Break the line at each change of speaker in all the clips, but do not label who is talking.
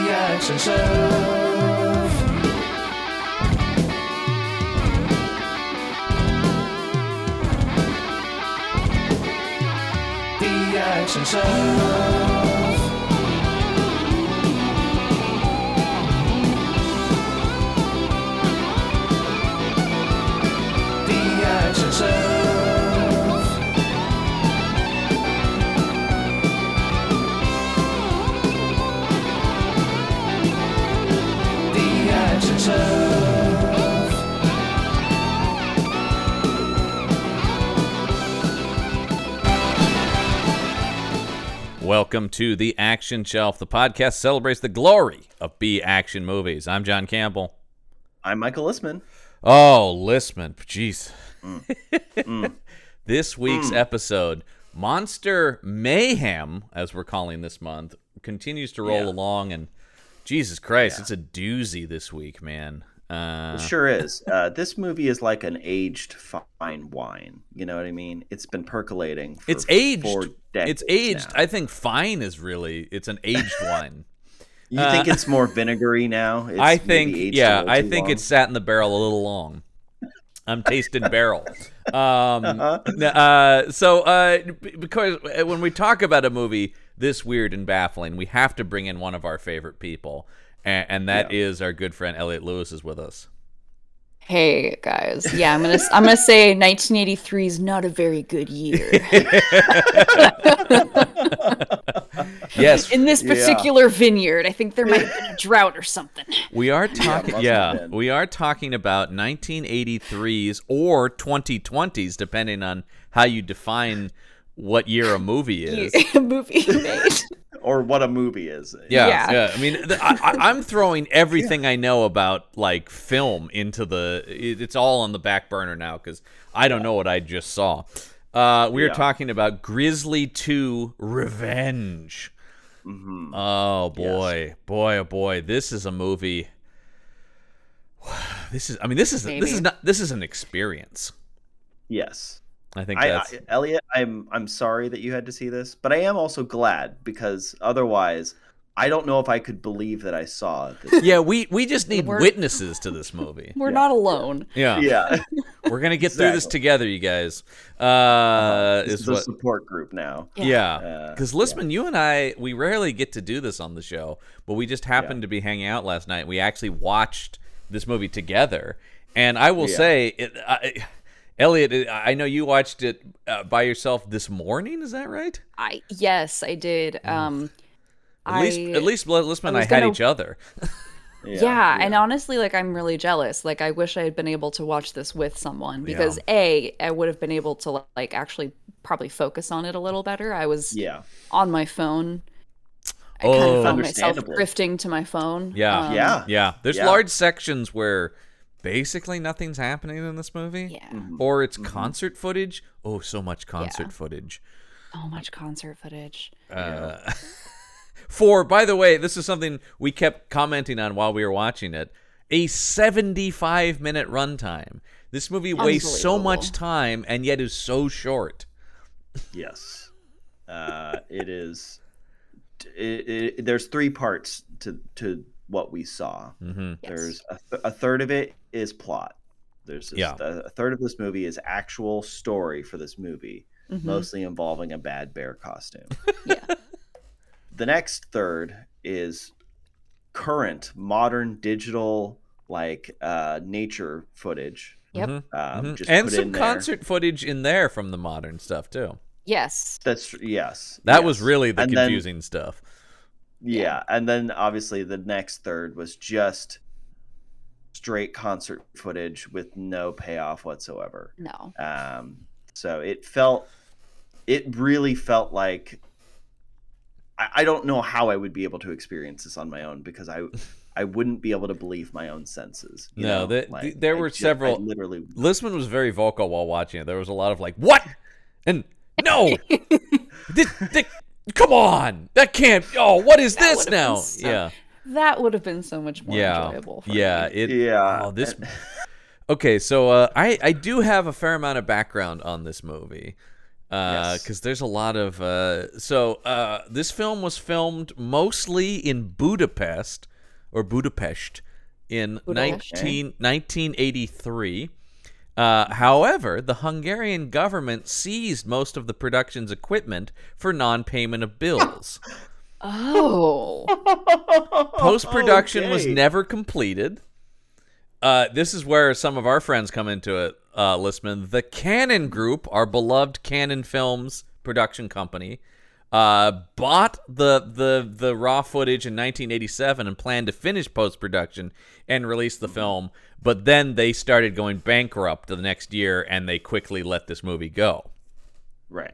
action shelf. The action shelf. The action shelf. The action shelf.
Welcome to the Action Shelf. The podcast celebrates the glory of B action movies. I'm John Campbell.
I'm Michael Isman.
Oh, Listman. Jeez.
Mm.
this week's episode, Monster Mayhem, as we're calling this month, continues to roll
Yeah.
along. And Jesus Christ, it's a doozy this week, man. Uh,
Sure is. Uh, this movie is like an aged fine wine. You know what I mean? It's been percolating. For
it's aged.
Four decades
It's aged.
now.
I think fine is really, it's an aged wine.
you think it's more vinegary now? It's
Uh, I
maybe
think
aged a
yeah,
little
I
too
think
long?
it sat in the barrel a little long. I'm tasting barrel. Um,
Uh-huh.
n- uh, so uh, b- because uh, when we talk about a movie this weird and baffling, we have to bring in one of our favorite people, and, and that is our good friend Elliot Lewis is with us.
Hey guys, yeah, I'm gonna I'm gonna say 1983 is not a very good year
Yes,
in this
Yeah.
particular vineyard. I think there might have been a drought or something.
we are talking.
must
Yeah,
have been.
we are talking about 1983s or 2020s, depending on how you define what year a movie is.
movie he made.
or what a movie is.
Yeah, yeah.
Yeah.
I mean, th- I, I- I'm throwing everything I know about like film into the. It, it's all on the back burner now because I don't know what I just saw. Uh, we are
Yeah.
talking about Grizzly Two: Revenge.
Mhm.
Oh boy, boy, oh boy! This is a movie. This is. I mean, this is this is
Maybe.
not. This is an experience.
Yes.
I think
I, I,
that's.
Elliot, I'm I'm sorry that you had to see this, but I am also glad because otherwise, I don't know if I could believe that I saw this.
yeah, we we just need
We're-
witnesses to this movie.
We're not alone.
yeah.
We're gonna get through this
Exactly. Uh-huh.
together, you guys. Uh, is
this is a
what.
support group now.
Yeah,
Uh,
because Lisman, you and I, we rarely get to do this on the show, but we just happened to be hanging out last night. We actually watched this movie together, and I will
Yeah.
say, it, I, Elliot, it- I know you watched it uh, by yourself this morning. Is that right?
I yes, I did. Um,
Mm. At
I
least, at least Lisman and I
was
had
gonna-
each other.
yeah, and honestly, like I'm really jealous. Like I wish I had been able to watch this with someone because a I would have been able to like actually probably focus on it a little better. I was
Yeah.
on my phone. I kind
Oh.
of found myself
Understandable.
drifting to my phone.
Yeah.
Um,
yeah.
Yeah, there's
Yeah.
large sections where basically nothing's happening in this movie.
Yeah.
Mm-hmm.
Or it's concert footage. Oh, so much concert footage.
So much concert footage.
Uh, for by the way, this is something we kept commenting on while we were watching it. A 75 minute runtime. This movie wastes so much
Unbelievable.
time and yet is so short.
Yes. Uh, it is. It, it, there's three parts to to what we saw.
Mm-hmm.
Yes.
There's a, th- a third of it is plot. There's this,
Yeah.
a, a third of this movie is actual story for this movie,
Mhm.
mostly involving a bad bear costume.
Yeah.
The next third is current modern digital like uh, nature footage.
Yep.
Mm-hmm.
Um, just
and
put in
some
there.
concert footage in there from the modern stuff too.
Yes.
That's yes.
That was
yes.
really the
And then-
confusing stuff.
Yeah, and then obviously the next third was just straight concert footage with no payoff whatsoever.
No.
Um, so it felt, it really felt like. I, I don't know how I would be able to experience this on my own because I, I wouldn't be able to believe my own senses. you
No,
know?
the- the- there
I
were
ju- I
several-
literally,
Lisman was very vocal while watching it. There was a lot of like, "What?" and "No." Th- th- come on. That can't. Oh, what is this
would've been
now?
so
yeah.
That would have been so much more
yeah.
enjoyable. For
yeah,
Me.
it.
Yeah.
Oh, this. okay, so uh, I I do have a fair amount of background on this movie, because
Yes.
there's a lot of uh, so uh, this film was filmed mostly in Budapest, or Budapest in
Budapest.
19, 1983. Uh, however, the Hungarian government seized most of the production's equipment for non-payment of bills.
Oh.
Post production was
Okay.
never completed. Uh, this is where some of our friends come into it, uh, Listman. The Canon Group, our beloved Canon Films production company, uh, bought the, the the raw footage in 1987 and planned to finish post production and release the film. But then they started going bankrupt the next year, and they quickly let this movie go.
Right.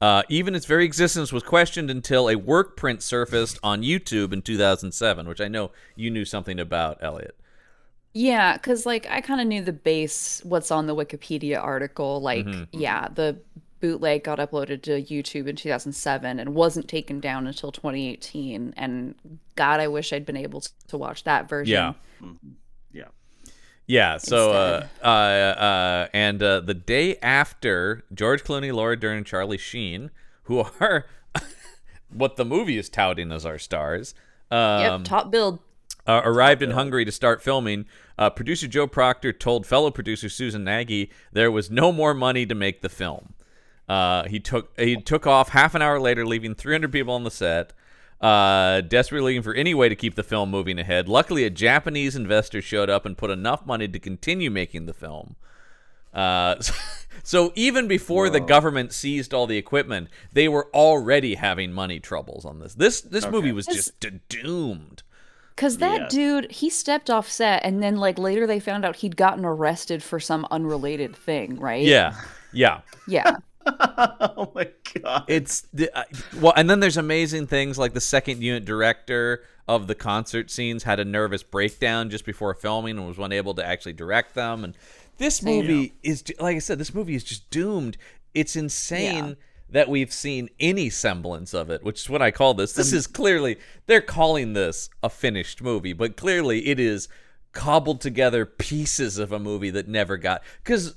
Uh, even its very existence was questioned until a work print surfaced on YouTube in 2007, which I know you knew something about, Elliot.
Yeah, because like I kind of knew the base, what's on the Wikipedia article. Like,
Mm-hmm.
yeah, the bootleg got uploaded to YouTube in 2007 and wasn't taken down until 2018. And God, I wish I'd been able to, to watch that version.
Yeah.
Yeah.
Yeah. So, uh, uh, uh, and uh, the day after George Clooney, Laura Dern, and Charlie Sheen, who are what the movie is touting as our stars,
Yep,
um,
top build.
uh, arrived in Hungary to start filming, uh, producer Joe Proctor told fellow producer Susan Nagy there was no more money to make the film. Uh, he took he took off half an hour later, leaving 300 people on the set, uh, desperately looking for any way to keep the film moving ahead. Luckily, a Japanese investor showed up and put enough money to continue making the film. Uh, so, even before the government seized all the equipment, they were already having money troubles on this. This this movie was just d- doomed.
Because that
Yes.
dude, he stepped off set and then like later they found out he'd gotten arrested for some unrelated thing, right?
Yeah, yeah.
Yeah.
Oh my god.
It's the, I well, and then there's amazing things like the second unit director of the concert scenes had a nervous breakdown just before filming and was unable to actually direct them. And this movie is, ju- like I said, this movie is just doomed. It's insane. That we've seen any semblance of it, which is what I call this. This is clearly, they're calling this a finished movie, but clearly it is cobbled together pieces of a movie that never got. Because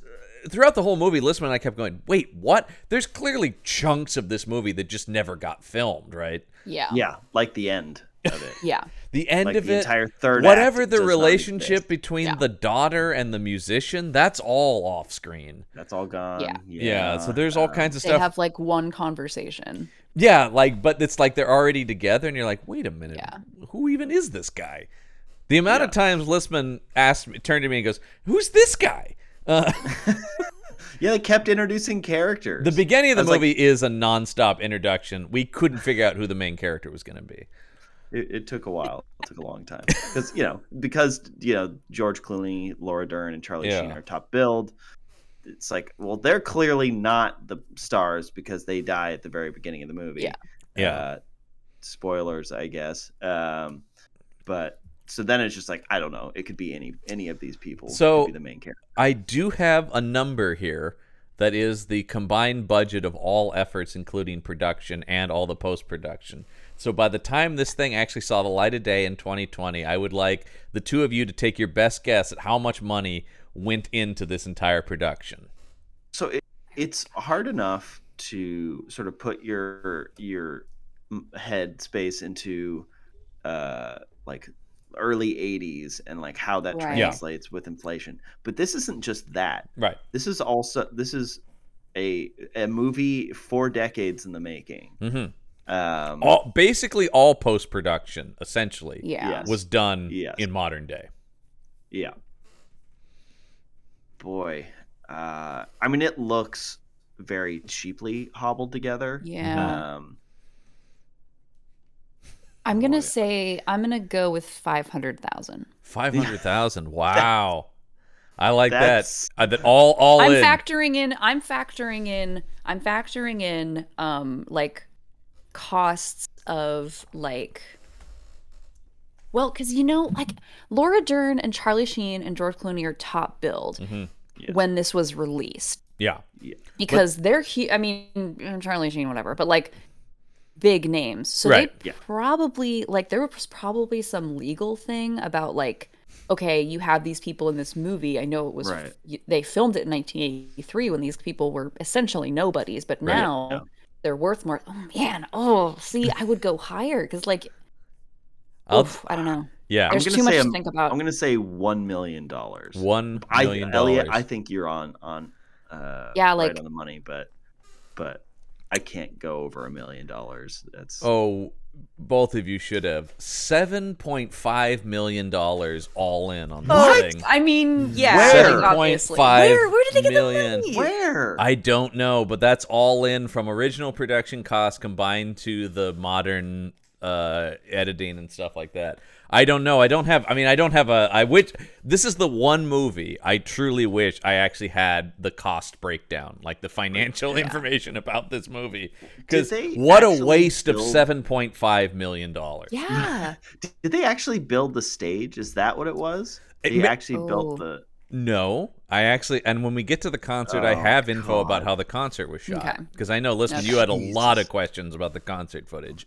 throughout the whole movie, Listman and I kept going, wait, what? There's clearly chunks of this movie that just never got filmed, right?
Yeah.
Yeah, like the end of it.
Yeah.
The end
Like
of
the
it,
entire third
whatever
act
the
does not
relationship
exist.
between
Yeah.
the daughter and the musician, that's all off screen.
That's all gone.
Yeah.
Yeah, so there's
uh,
all kinds of
They
stuff.
have like one conversation.
yeah, like, but it's like they're already together, and you're like, wait a minute,
Yeah.
who even is this guy? The amount of times Listman asked, me, turned to me and goes, "Who's this guy?" Uh,
Yeah, they kept introducing characters.
The beginning of the
I was like-
movie is a nonstop introduction. We couldn't figure out who the main character was going to be.
it, it took a while. It took a long time because you know because you know George Clooney, Laura Dern, and Charlie Sheen
Yeah.
are top billed. It's like, well, they're clearly not the stars because they die at the very beginning of the movie.
Yeah.
Yeah.
Uh, spoilers, I guess. Um, but so then it's just like I don't know. It could be any any of these people.
So-
could be the main character.
I do have a number here that is the combined budget of all efforts, including production and all the post production. So by the time this thing actually saw the light of day in 2020, I would like the two of you to take your best guess at how much money went into this entire production.
so it, it's hard enough to sort of put your your m- head space into uh like early 80s and like how that
Right.
Yeah.
translates with inflation but this isn't just that
Right.
this is also this is a a movie four decades in the making
Mm-hmm.
um
All basically all post production essentially
Yeah.
Yes.
was done
Yes.
in modern day.
Yeah. Boy, uh, I mean, it looks very cheaply hobbled together.
Yeah.
Um,
I'm gonna
Oh,
Boy.
say I'm gonna go with five hundred thousand.
Five hundred thousand. Wow. I like
That's-
that. Uh, that all all
I'm
in.
factoring in. I'm factoring in. I'm factoring in. Um, like costs of like. Well, because you know, like Laura Dern and Charlie Sheen and George Clooney are top billed when this was released
Mm-hmm. yeah.
because they're huge. I mean, mm, Charlie Sheen, whatever, but like big names. So
Right,
they
yeah.
probably like there was probably some legal thing about like, okay, you have these people in this movie. I know it was
Right.
y- they filmed it in 1983 when these people were essentially nobodies, but now
yeah.
they're worth more. Oh man, oh see, I would go higher because like,
I'll,
oof, I don't know.
Yeah.
There's
I'm
too
gonna
much
say
to
I'm-
think about.
I'm gonna say one million dollars.
One
I
million dollars.
Elliot, I think you're on on uh
Yeah,
right
like-
on the money, but but I can't go over a million dollars. That's
Oh, both of you should have seven point five million dollars all in on this
What?
thing.
I mean, yeah,
Where?
like, obviously.
7.5
Where? Where did they get
million.
the money?
where?
I don't know, but that's all in from original production costs combined to the modern uh, editing and stuff like that. I don't know. I don't have. I mean, I don't have a. I wish this is the one movie I truly wish I actually had the cost breakdown, like the financial information about this movie. Because
Did they
what a
actually
waste of
build-
seven point five million dollars.
Yeah.
Did they actually build the stage? Is that what it was?
It
They
ma-
actually
Oh.
built the
No, I actually, and when we get to the concert, I
Oh,
have info about
God.
how the concert was shot
Okay.
because I know. Listen,
Okay.
you had a lot of
Jesus.
questions about the concert footage.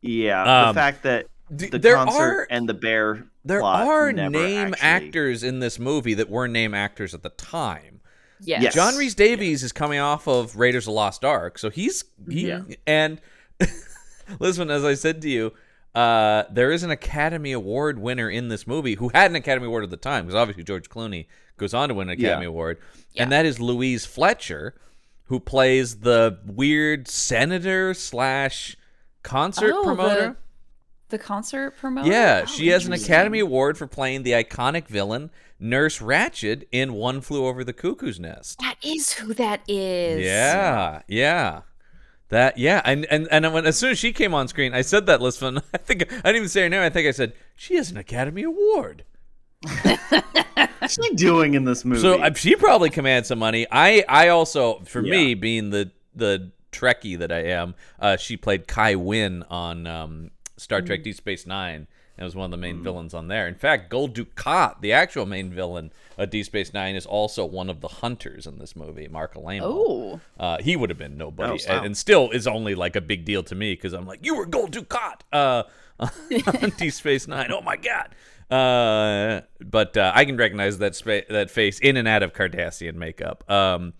yeah.
Um,
the fact that
D-
the
there
concert
are
and the bear.
there
plot
are
never
name
actually-
actors in this movie that were name actors at the time.
Yes.
Yes.
John Reese Davies is coming off of Raiders of the Lost Ark, so he's he,
Yeah.
and listen, as I said to you, uh, there is an Academy Award winner in this movie who had an Academy Award at the time because obviously George Clooney goes on to win an Academy
Yeah.
Award,
Yeah.
and that is Louise Fletcher, who plays the weird senator slash concert
Oh, the-
promoter.
The concert promoter.
Yeah,
Oh,
she has an
interesting.
Academy Award for playing the iconic villain Nurse Ratched in One Flew Over the Cuckoo's Nest.
That is who that is.
Yeah, yeah. That yeah, and and and when, as soon as she came on screen, I said that Lisbon. I think I didn't even say her name. I think I said she has an Academy Award,
What's she doing in this movie?
so uh, she probably commands some money. I I also for me being the the Trekkie that I am, uh, she played Kai Wynn on um, Star
Mm.
Trek Deep Space Nine. And was one of the main villains on there. In fact, Gold Dukat, the actual main villain of Deep Space Nine, is also one of the hunters in this movie, Mark Alamo.
Oh.
Uh, he would have been nobody,
Oh, wow.
and, and still is only like a big deal to me because I'm like, you were Gold Dukat uh, on Deep Space Nine. Oh my god! Uh, but uh, I can recognize that spa- that face in and out of Cardassian makeup. Um,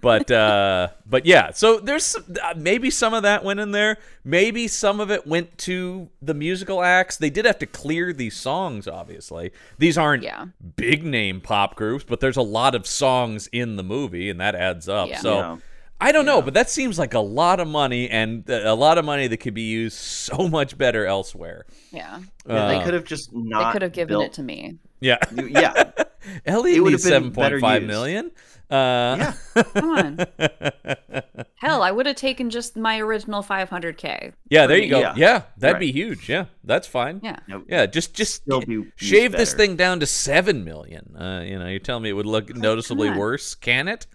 but uh, but yeah, so there's some, uh, maybe some of that went in there. Maybe some of it went to the musical acts. They did have to clear these songs. Obviously, these aren't
Yeah.
big name pop groups, but there's a lot of songs in the movie, and that adds up.
Yeah.
So
Yeah.
I don't know, but that seems like a lot of money, and uh, a lot of money that could be used so much better elsewhere.
Yeah.
Yeah,
Uh,
they could have just not.
They could have given
built...
it to me.
Yeah,
You- Yeah,
Ellie
It would
needs
have
seven
been better
point five
used.
million.
yeah.
Uh,
Come on. Hell, I would have taken just my original 500k.
yeah, there you go. Yeah,
Yeah.
that'd
Right.
be huge. Yeah, that's fine.
Yeah.
Nope.
Yeah, just just
Still be used
shave this
better.
thing down to seven million. Uh, you know, you're telling me it would
Oh
look noticeably
God.
worse. Can it?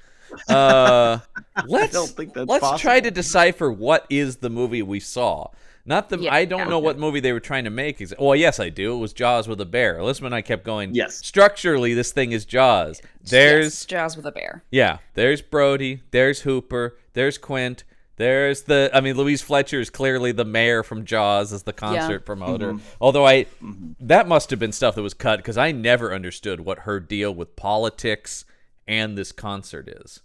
Uh, let's
don't think that's
let's try
possible.
to decipher what is the movie we saw. Not the
Yeah.
I don't know what movie they were trying to make. exa- Well, yes, I do. It was Jaws with a bear. Listen, I kept going.
Yes.
Structurally, this thing is Jaws. There's
Yes, Jaws with a bear.
yeah, there's Brody, there's Hooper, there's Quint, there's the I mean Louise Fletcher is clearly the mayor from Jaws as the concert promoter. Although I that must have been stuff that was cut cuz I never understood what her deal with politics and this concert is.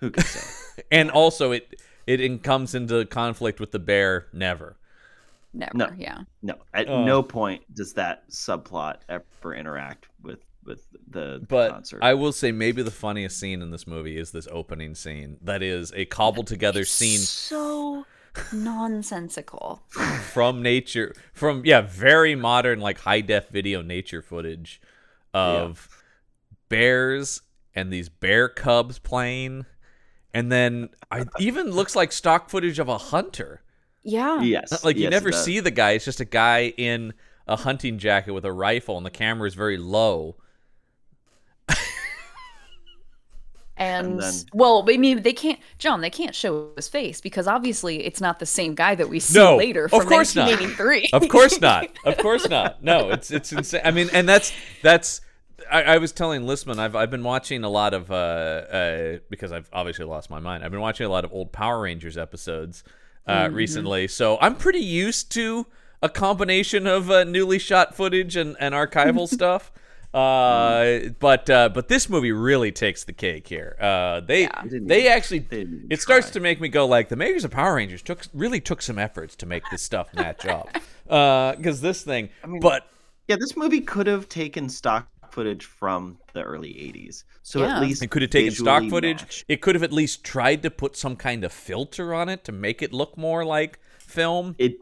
Who could say?
And also it it in- comes into conflict with the bear never.
Never.
No.
Yeah.
No, at
Uh.
no point does that subplot ever interact with with the
But
concert.
I will say maybe the funniest scene in this movie is this opening scene that is a cobbled together scene
So nonsensical.
from nature from yeah very modern like high def video nature footage of bears and these bear cubs playing and then I even looks like stock footage of a hunter
Yeah.
yes,
like you
yes, it
never
does.
see the guy it's just a guy in a hunting jacket with a rifle and the camera is very low
And,
And then-
well, I mean, they can't, John. They can't show his face because obviously it's not the same guy that we see
No,
later
of
from
course not.
1983.
Of course not. Of course not. No, it's it's insane. I mean, and that's that's. I, I was telling Lisman, I've I've been watching a lot of uh, uh because I've obviously lost my mind. I've been watching a lot of old Power Rangers episodes uh, recently, so I'm pretty used to a combination of uh, newly shot footage and and archival stuff. Uh, but uh, but this movie really takes the cake here. Uh, they
Yeah.
They didn't
they
even-
actually
they didn't even
it starts
try.
to make me go like the makers of Power Rangers took really took some efforts to make this stuff match up. Because this thing,
mean-
but
Yeah, this movie could have taken stock footage from the early 80s. So
Yeah.
at least
It could have taken stock
visually
footage.
match.
It could have at least tried to put some kind of filter on it to make it look more like film.
It,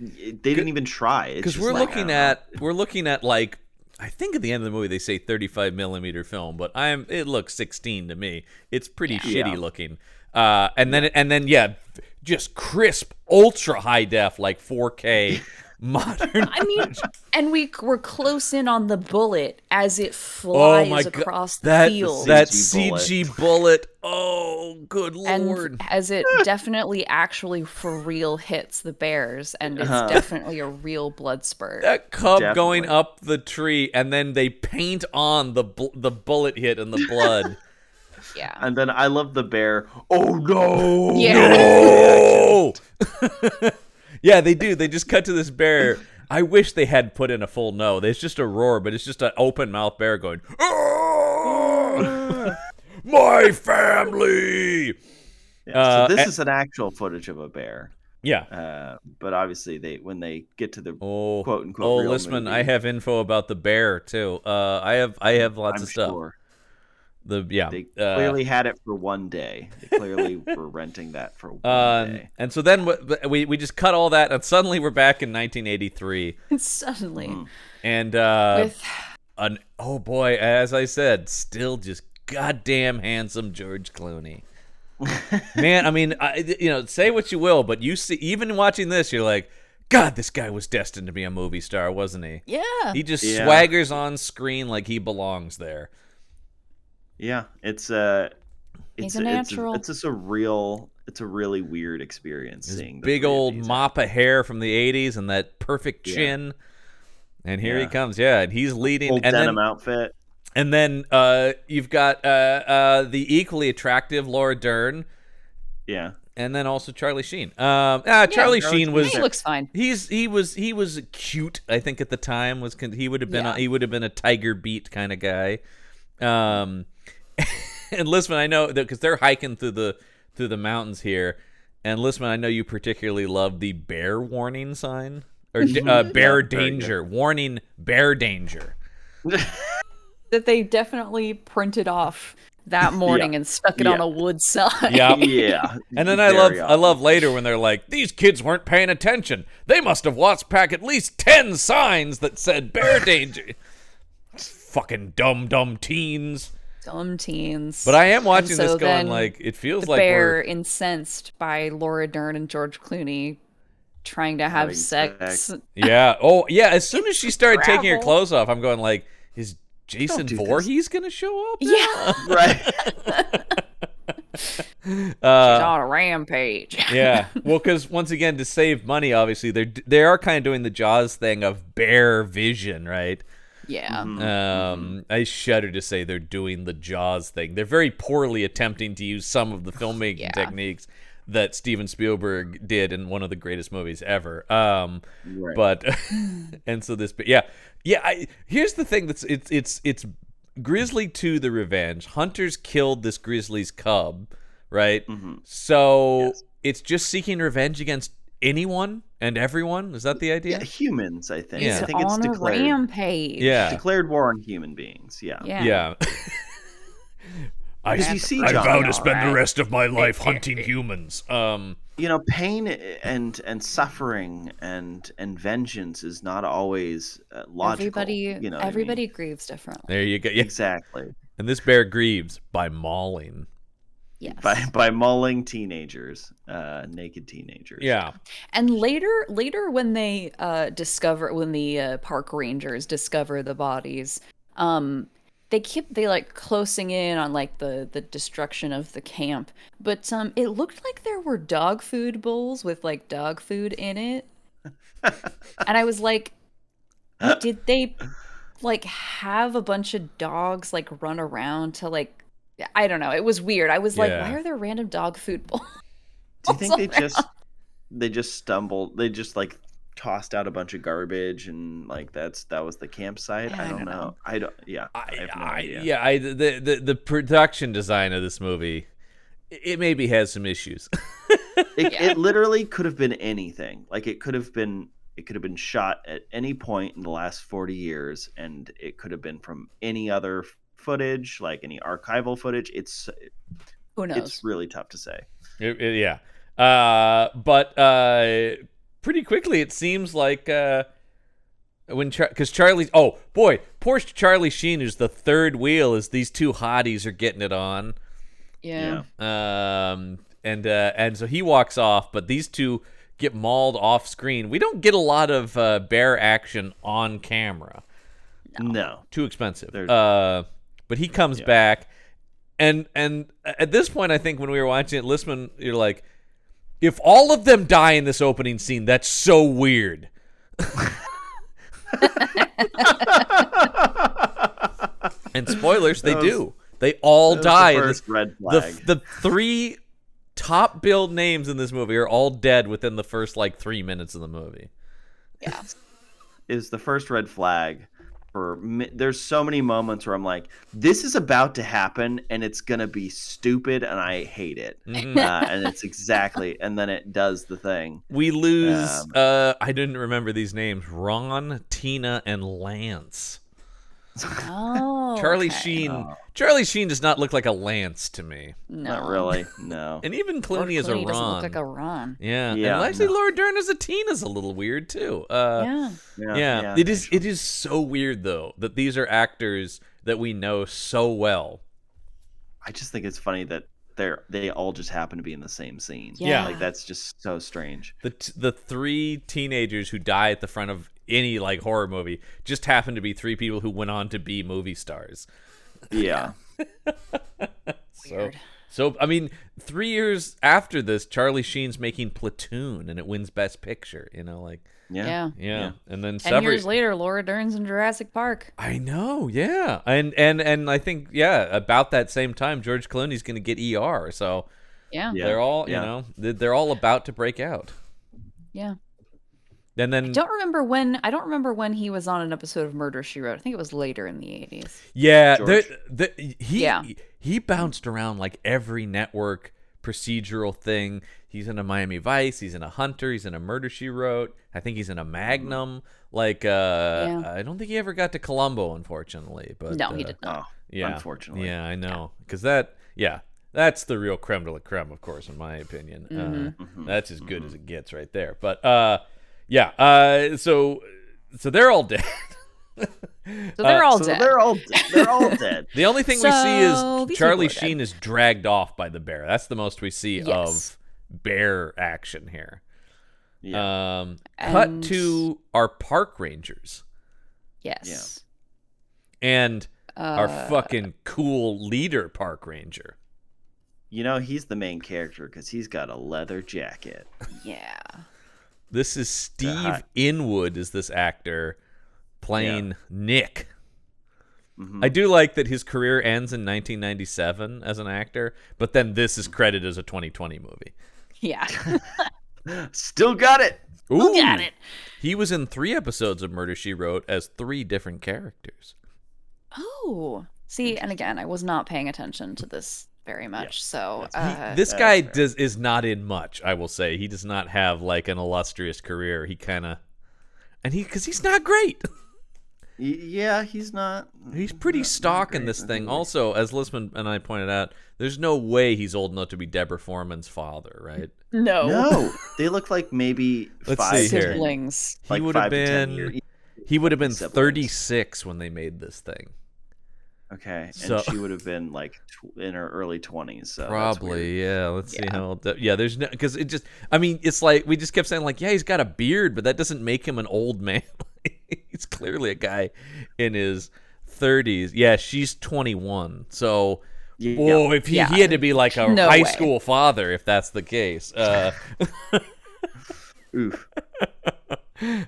it- they didn't even try. It's
Because
just
we're
like, I
looking
don't know.
at we're looking at like I think at the end of the movie they say 35 millimeter film, but I'm it looks 16 to me. It's pretty shitty
Yeah.
looking. Uh, and then and then yeah, just crisp, ultra high def, like 4K modern.
I mean, and we were close in on the bullet as it flies
Oh God,
across the
that
field.
that
CG bullet.
CG bullet. Oh, good
and
lord!
as it definitely actually for real hits the bears and it's definitely a real blood spurt
Uh-huh. that cub going
Definitely.
up the tree and then they paint on the bl- the bullet hit and the blood.
yeah
And then I love the bear. Oh no!
yeah
oh! yeah, they do. They just cut to this bear. I wish they had put in a full no. It's just a roar, but it's just an open mouth bear going, "Ah! My family.
Yeah,
Uh,
so this
a-
is an actual footage of a bear.
Yeah.
Uh, but obviously they when they get to the
Oh,
quote unquote.
oh,
real
Listman,
movie,
I have info about the bear too. Uh, I have, I have lots
I'm
of stuff.
sure.
The yeah,
They
uh,
clearly had it for one day. They clearly were renting that for one
Um,
day.
and so then w- we we just cut all that, and suddenly we're back in 1983,
suddenly
and Hmm. uh,
with
an oh boy, as I said, still just goddamn handsome George Clooney. Man, I mean, I, you know, say what you will, but you see, even watching this, you're like, God, this guy was destined to be a movie star, wasn't he?
yeah
He just
Yeah.
swaggers on screen like he belongs there.
Yeah, it's a. It's
He's a natural.
It's, a, it's just a real. It's a really weird experience seeing the
Big
three of
old
these.
mop of hair from the '80s and that perfect
Yeah.
chin. And here he
Yeah.
comes, yeah, and he's leading.
Full
and
denim
then,
outfit.
And then uh, you've got uh, uh, the equally attractive Laura Dern,
Yeah,
and then also Charlie Sheen. Um, ah, Charlie Sheen was
he looks fine
he's he was he was cute. I think at the time was con- he would have been a,
Yeah.
he would have been a Tiger Beat kind of guy. Um, and Lisman, I know that because they're hiking through the through the mountains here, and Lisman, I know you particularly love the bear warning sign or d- uh, bear
very good.
danger warning bear danger.
that they definitely printed off that morning and stuck it on
Yeah.
a wood sign
Yeah.
yeah.
And then I
Very
love I
awkward.
love later when they're like, these kids weren't paying attention. They must have watched back at least ten signs that said bear danger. Fucking dumb dumb teens.
dumb teens
But I am watching this
so
going
then
like it feels
the
like
bear
we're
incensed by laura dern and george clooney trying to have
Having
sex
sex.
Yeah. Oh yeah, as soon as she started taking her
gravel.
clothes off, I'm going like, is Jason
do this.
Voorhees gonna show up?
yeah
Right.
Uh,
She's on a rampage
yeah. Well, because once again, to save money, obviously they are they are kind of doing the Jaws thing of bear vision, right?
yeah
Mm-hmm.
Um, I shudder to say they're doing the Jaws thing. They're very poorly attempting to use some of the filmmaking
Yeah.
techniques that Steven Spielberg did in one of the greatest movies ever. Um,
Right.
but and so this, but yeah, yeah. I, here's the thing that's it's it's it's Grizzly to the Revenge. Hunters killed this grizzly's cub, right?
Mhm.
So
Yes.
it's just seeking revenge against anyone and everyone. Is that the idea?
Yeah, humans. I think.
Yeah.
I
He's
think it's
on a
declared.
rampage.
Yeah.
Declared war on human beings. Yeah.
Yeah.
Yeah. I,
Because you see,
I
John,
vow
all
to spend the rest of my life hunting humans. Um,
you know, pain eh, and and suffering and and vengeance is not always uh, logical.
Everybody
You know. what I mean?
everybody grieves differently.
there you go. Yeah.
Exactly.
And this bear grieves by mauling.
Yes.
By by mauling teenagers, uh, naked teenagers.
Yeah.
And later later when they uh discover when the uh, park rangers discover the bodies, um they keep they like closing in on like the the destruction of the camp, but um it looked like there were dog food bowls with like dog food in it. and I was like did they like have a bunch of dogs like run around to like I don't know. It was weird. I was like,
Yeah.
why are there random dog food bowls?
Do you think they just they just stumbled? They just like tossed out a bunch of garbage and like that's that was the campsite.
Yeah,
I, don't know. I don't. Yeah, I, have no
I-
idea.
yeah, I, the, the the production design of this movie, it- it maybe has some issues.
It,
Yeah.
it literally could have been anything. Like it could have been it could have been shot at any point in the last 40 years and it could have been from any other footage, like any archival footage. It's
Who knows?
it's really tough to say.
It- it- yeah. Uh, but uh, pretty quickly, it seems like uh, when because Charlie, oh boy, poor Charlie Sheen, who's the third wheel, is these two hotties are getting it on.
yeah.
Um, and uh, and so he walks off, but these two get mauled off screen. We don't get a lot of uh, bear action on camera.
No.
Too expensive.
They're-
Uh, but he comes
Yeah.
back, and and at this point, I think when we were watching it, Listman, you're like, if all of them die in this opening scene, that's so weird. and spoilers, they
That was-
do. They all
That was
die
the
in this
first red
the,
flag.
the three top billed names in this movie are all dead within the first like three minutes of the movie.
is the first red flag for mi- there's so many moments where I'm like, this is about to happen and it's gonna be stupid and I hate it.
Mhm.
Uh, and it's exactly, and then it does the thing.
We lose.
Um,
uh, I didn't remember these names: Ron, Tina, and Lance.
Oh.
Charlie
okay.
Sheen.
Oh.
Charlie Sheen does not look like a Lance to me,
No.
Not really, no.
and even
Or
Clooney is a
Clooney doesn't
Ron.
look like a Ron.
yeah,
Yeah,
and actually,
no.
Laura Dern as a Teen is a little weird too. Uh,
yeah.
yeah, it is. It is so weird though that these are actors that we know so well.
I just think it's funny that they're they all just happen to be in the same scene.
Yeah.
like that's just so strange.
the t- the three teenagers who die at the front of any like horror movie just happen to be three people who went on to be movie stars.
Yeah,
Weird.
So so I mean, three years after this, Charlie Sheen's making Platoon, and it wins Best Picture. You know, like
yeah,
Yeah.
yeah,
Yeah.
and then
Ten
several
years later, Laura Dern's in Jurassic Park.
I know, yeah, and and and I think yeah, about that same time, George Clooney's going to get ER. So
Yeah.
Yeah.
they're all
yeah.
you know they're- they're all about to break out.
Yeah.
And then
Don't remember when. I don't remember when he was on an episode of Murder She Wrote. I think it was later in the eighties.
Yeah,
George.
the, the, he
Yeah.
he bounced around like every network procedural thing. He's in a Miami Vice. He's in a Hunter. He's in a Murder She Wrote. I think he's in a Magnum. Like, uh,
Yeah.
I don't think he ever got to Columbo, unfortunately. But
No, he
uh,
did not.
Oh,
Yeah,
unfortunately.
Yeah, I know, because that, yeah, that's the real creme de la creme, of course, in my opinion. Uh,
Mm-hmm.
Mhm.
that's as good as it gets, right there. But uh, yeah, uh, so so they're all dead.
So they're
Uh,
all
so
dead.
they're all they're all dead.
The only thing we see
So, these
is Charlie
people are dead.
Sheen is dragged off by the bear. That's the most we see
Yes.
of bear action here.
Yeah,
Um, cut
And-
to our park rangers
yes.
and our
Uh,
fucking cool leader park ranger.
you know he's the main character because he's got a leather jacket.
Yeah.
This is Steve Inwood is this actor playing Nick.
Mhm.
I do like that his career ends in 1997 as an actor, but then this is credited as a 2020 movie.
Yeah.
Still got it.
Who got
Ooh.
it?
He was in three episodes of Murder She Wrote as three different characters.
Oh. See, and again, I was not paying attention to this very much. So
He-
uh,
this
that
guy
is fair.
does is not in much. I will say he does not have like an illustrious career. He kind of, and he because he's not great.
Y- Yeah, he's not.
He's pretty
not- not
stock in
great.
this
I
thing.
think
Also, as Lisman and I pointed out, there's no way he's old enough to be Deborah Foreman's father, right?
no,
No, they look like maybe
Let's
five
see here.
siblings.
He
Like
would have
five to ten
been
years.
he would have been
Siblings.
36 when they made this thing.
Okay, and
So-
she would have been like tw- in her early twenties. So that's weird.
Probably, yeah. Let's see
Oh, Yeah.
how old. that- yeah, there's no because it just. I mean, it's like we just kept saying like, yeah, he's got a beard, but that doesn't make him an old man. he's clearly a guy in his 30s. Yeah, she's 21. So,
Yeah.
whoa, if he,
Yeah.
he had to be like a
No
high
way.
school father, if that's the case. Uh,
Oof.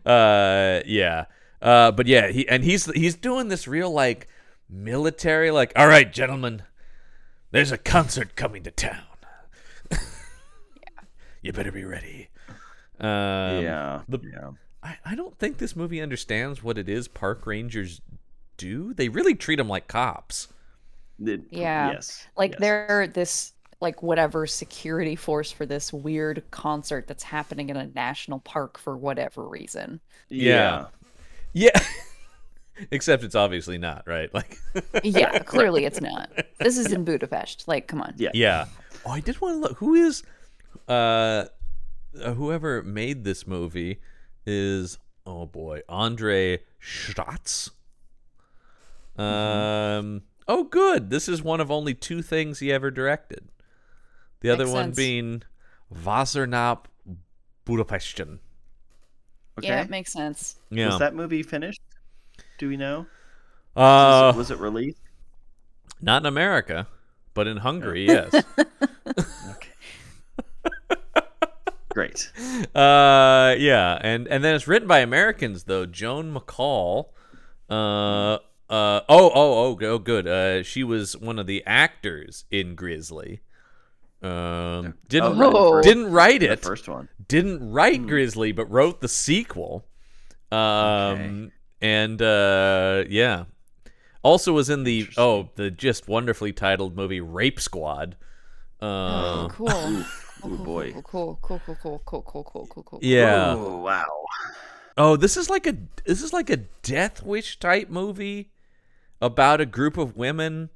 uh, yeah. Uh, but yeah, he and he's he's doing this real like military like. All right, gentlemen, there's a concert coming to town. you better be ready. Um,
yeah.
the-
yeah.
I, I don't think this movie understands what it is park rangers do. They really treat them like cops.
It-
Yeah.
Yes.
Like
yes.
they're this like whatever security force for this weird concert that's happening in a national park for whatever reason.
Yeah. Yeah. Except it's obviously not, right? Like
Yeah, clearly it's not. This is in Budapest. Like, come on.
Yeah.
Yeah. Oh, I did want to look. Who is, uh, uh, whoever made this movie is oh boy, Andre Schatz. Um. Oh, good. This is one of only two things he ever directed. The other
Makes
one
sense.
being Wassernapp Budapesten.
Okay.
Yeah, it makes sense.
Yeah.
Was that movie finished? Do we know?
uh,
Was, it, was it released?
not in America, but in Hungary, yes.
Okay. Great.
Uh, yeah, and and then it's written by Americans though. Joan McCall. Uh, uh, oh, oh, oh, go- oh, good. Uh, she was one of the actors in Grizzly. Um, didn't
right, the
Oh.
first-
didn't write
The
it.
first Hmm. one.
Didn't write Grizzly, but wrote the sequel. Um,
Okay.
and uh, yeah. Also was in the oh the just wonderfully titled movie Rape Squad. Uh,
Oh, cool. Cool,
Oh
cool,
boy.
Cool, cool, cool, cool, cool, cool, cool, cool, cool.
yeah.
Oh wow.
Oh, this is like a this is like a death wish type movie about a group of women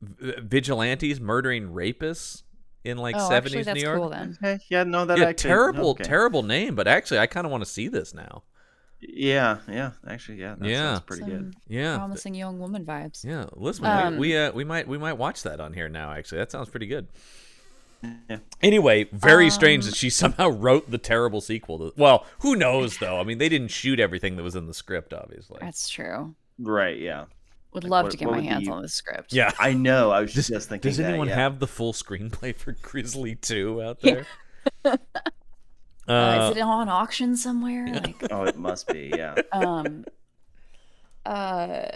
v- vigilantes murdering rapists in like
oh,
seventies
actually,
New
that's
York.
cool then.
Okay. Eh, Yeah. No, that
yeah,
actually.
terrible,
okay.
terrible name, but actually, I kind of want to see this now.
Yeah. Yeah. Actually, yeah. That
Yeah.
Sounds pretty good.
Some
Yeah, th-
Promising young woman vibes.
yeah. Listen,
Um,
we, we uh we might we might watch that on here now. Actually, that sounds pretty good.
Yeah.
Anyway, very strange
Um,
that she somehow wrote the terrible sequel. To, well, who knows though? I mean, they didn't shoot everything that was in the script, obviously.
That's true.
Right. Yeah.
Would
Like,
love
what-
to get
what
my
would
hands
you-
on this script.
yeah,
I know. I was
Does,
just thinking.
does
that,
anyone
yeah.
have the full screenplay for Grizzly 2 out
Yeah. Oh,
there?
Uh,
Uh,
is it on auction somewhere? Like,
Oh, it must be. Yeah.
um, uh,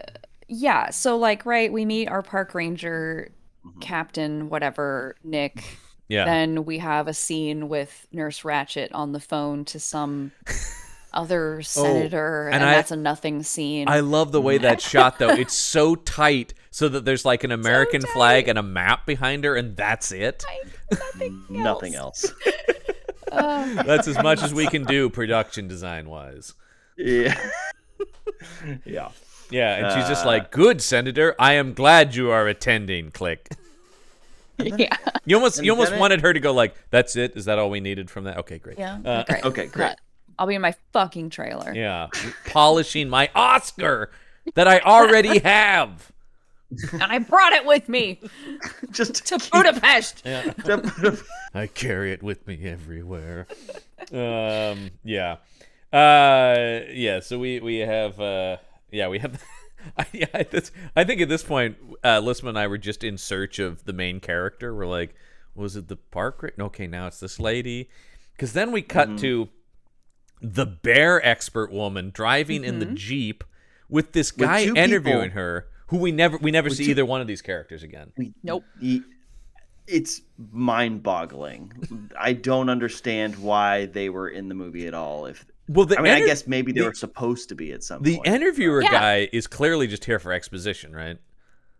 yeah. So, like, right, we meet our park ranger captain, whatever, Nick.
Mm-hmm. yeah.
Then we have a scene with Nurse Ratchet on the phone to some other senator,
Oh, and
and,
I-
that's a nothing scene.
I love the way that shot though. It's so tight so that there's like an American flag and a map behind her and that's it.
Nothing else.
Uh,
That's as much as we can do production design wise.
yeah. yeah.
Yeah, and she's just
Uh,
like, "Good senator, I am glad you are attending." Click.
yeah.
You almost you
And
almost
then it-
wanted her to go like, "That's it? Is that all we needed from that?" Okay, great.
Yeah.
Uh,
great.
Okay. Great.
Cut. I'll be in my fucking trailer.
Yeah, polishing my Oscar that I already have.
And I brought it with me
Just
to Budapest.
Yeah. I carry it with me everywhere. um, yeah, uh, yeah. So we we have uh, yeah we have. I, yeah, I- that's, I think at this point, uh, Lisman and I were just in search of the main character. We're like, was it the park? ra- Okay, now it's this lady. Because then we cut to the bear expert woman driving in the jeep with this guy
two
interviewing
people.
her, who we never we never see
two-
either one of these characters again.
Nope.
Y- it's mind-boggling. I don't understand why they were in the movie at all. If
Well, the
I mean,
enter-
I guess maybe they
the-
were supposed to be at some
The
point.
interviewer
Yeah.
guy is clearly just here for exposition, right?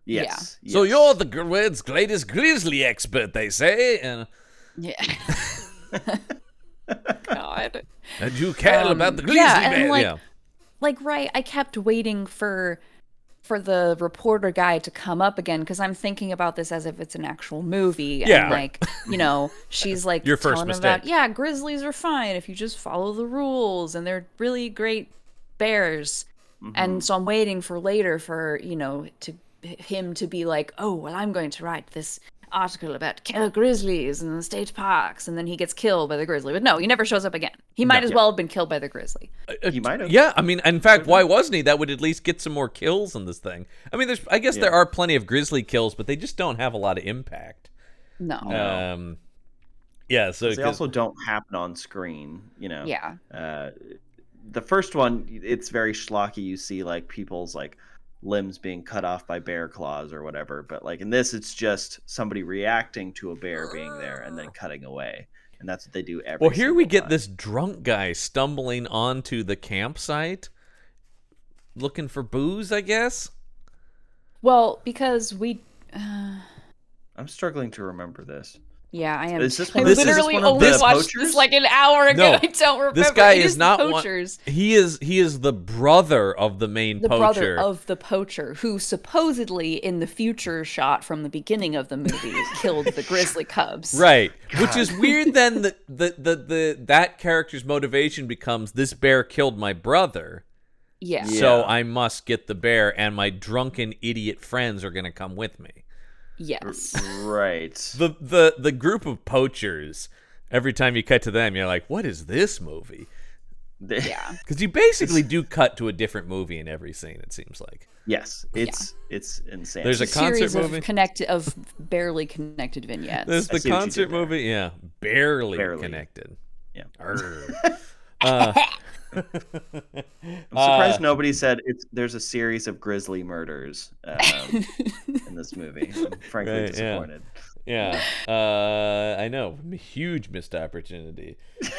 yes.
So
yes.
you're the gr- world's greatest grizzly expert, they say, and,
Yeah. God.
and you care
Um,
about the grizzly
yeah, and,
bear.
like, Like right, I kept waiting for for the reporter guy to come up again because I'm thinking about this as if it's an actual movie.
Yeah.
And like, you know, she's like
Your first
telling him
mistake.
about yeah, grizzlies are fine if you just follow the rules and they're really great bears.
Mm-hmm.
And so I'm waiting for later for, you know, to him to be like, "Oh, well I'm going to write this article about killer grizzlies and the state parks." And then he gets killed by the grizzly. But no, he never shows up again. He might as well have been killed by the grizzly.
he might have.
Yeah, I mean, in fact, why wasn't he? That would at least get some more kills in this thing. I mean, there's, I guess there are plenty of grizzly kills, but they just don't have a lot of impact.
No.
Um, yeah, so
They
'cause-
also don't happen on screen. You know.
Yeah.
Uh, the first one, it's very schlocky. You see like people's like limbs being cut off by bear claws or whatever. But like in this, it's just somebody reacting to a bear being there and then cutting away. and that's what they do every.
Well, here we
single
get
time.
this drunk guy stumbling onto the campsite looking for booze, I guess.
Well, because we.
I'm struggling to remember this.
Yeah, I am.
Is this
I
one of-
this is
literally
one of
only
those
watched
poachers?
this like an hour ago.
No,
I don't remember.
this guy
It
is
the
not one-
poachers.
He is he is the brother of the main
the
poacher.
brother of the poacher, who supposedly in the future shot from the beginning of the movie killed the grizzly cubs.
Right, which is weird. Then the, the the the that character's motivation becomes this bear killed my brother,
Yeah.
Yeah.
so I must get the bear, and my drunken idiot friends are gonna come with me.
Yes.
Right.
the the the group of poachers every time you cut to them you're like what is this movie
Yeah.
because you basically do cut to a different movie in every scene it seems like
yes, it's it's insane.
There's a- concert
series
movie?
of connected of barely connected vignettes.
there's the
see what you did
concert
there.
movie yeah barely,
Barely.
connected
Yeah.
Arr.
I'm
Ah.
surprised nobody said it's. There's a series of grisly murders um, in this movie. I'm frankly
Right, yeah.
disappointed.
yeah uh, i know huge missed opportunity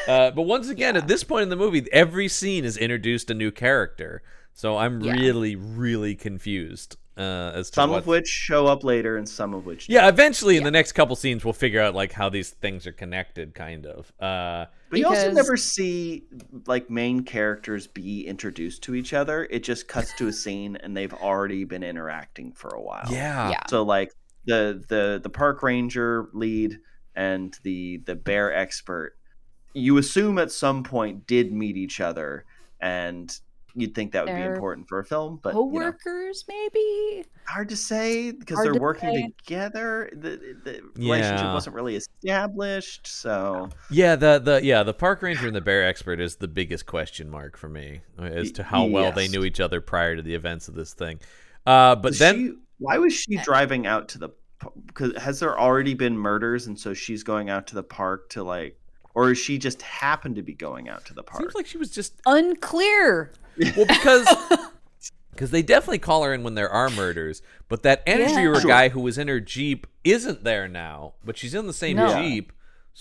uh, but once again at this point in the movie every scene is introduced a new character so i'm
Yeah.
really really confused uh, as to
Some
what
of which show up later, and some of which.
Yeah, eventually in the next couple scenes we'll figure out like how these things are connected, kind of. Uh,
But you also
Because-
never see like main characters be introduced to each other. It just cuts to a scene and they've already been interacting for a while.
yeah.
yeah.
So like the the the park ranger lead and the the bear expert, you assume at some point did meet each other, and you'd think that would be
They're
important for a film, but you know,
Co-workers, maybe.
hard to say because
Hard
they're
to
working
say.
together. The, the relationship
Yeah.
wasn't really established, so
Yeah, the the yeah, the park ranger and the bear expert is the biggest question mark for me as to how well they
Yes.
knew each other prior to the events of this thing. Uh, but
Was
then
she- why was she driving out to the? Because has there already been murders, and so she's going out to the park to like, or is she just happened to be going out to the park?
seems like she was just
Unclear.
well because because they definitely call her in when there are murders, but that energy
Yeah.
viewer
Sure.
guy who was in her jeep isn't there now, but she's in the same
No. Yeah.
jeep,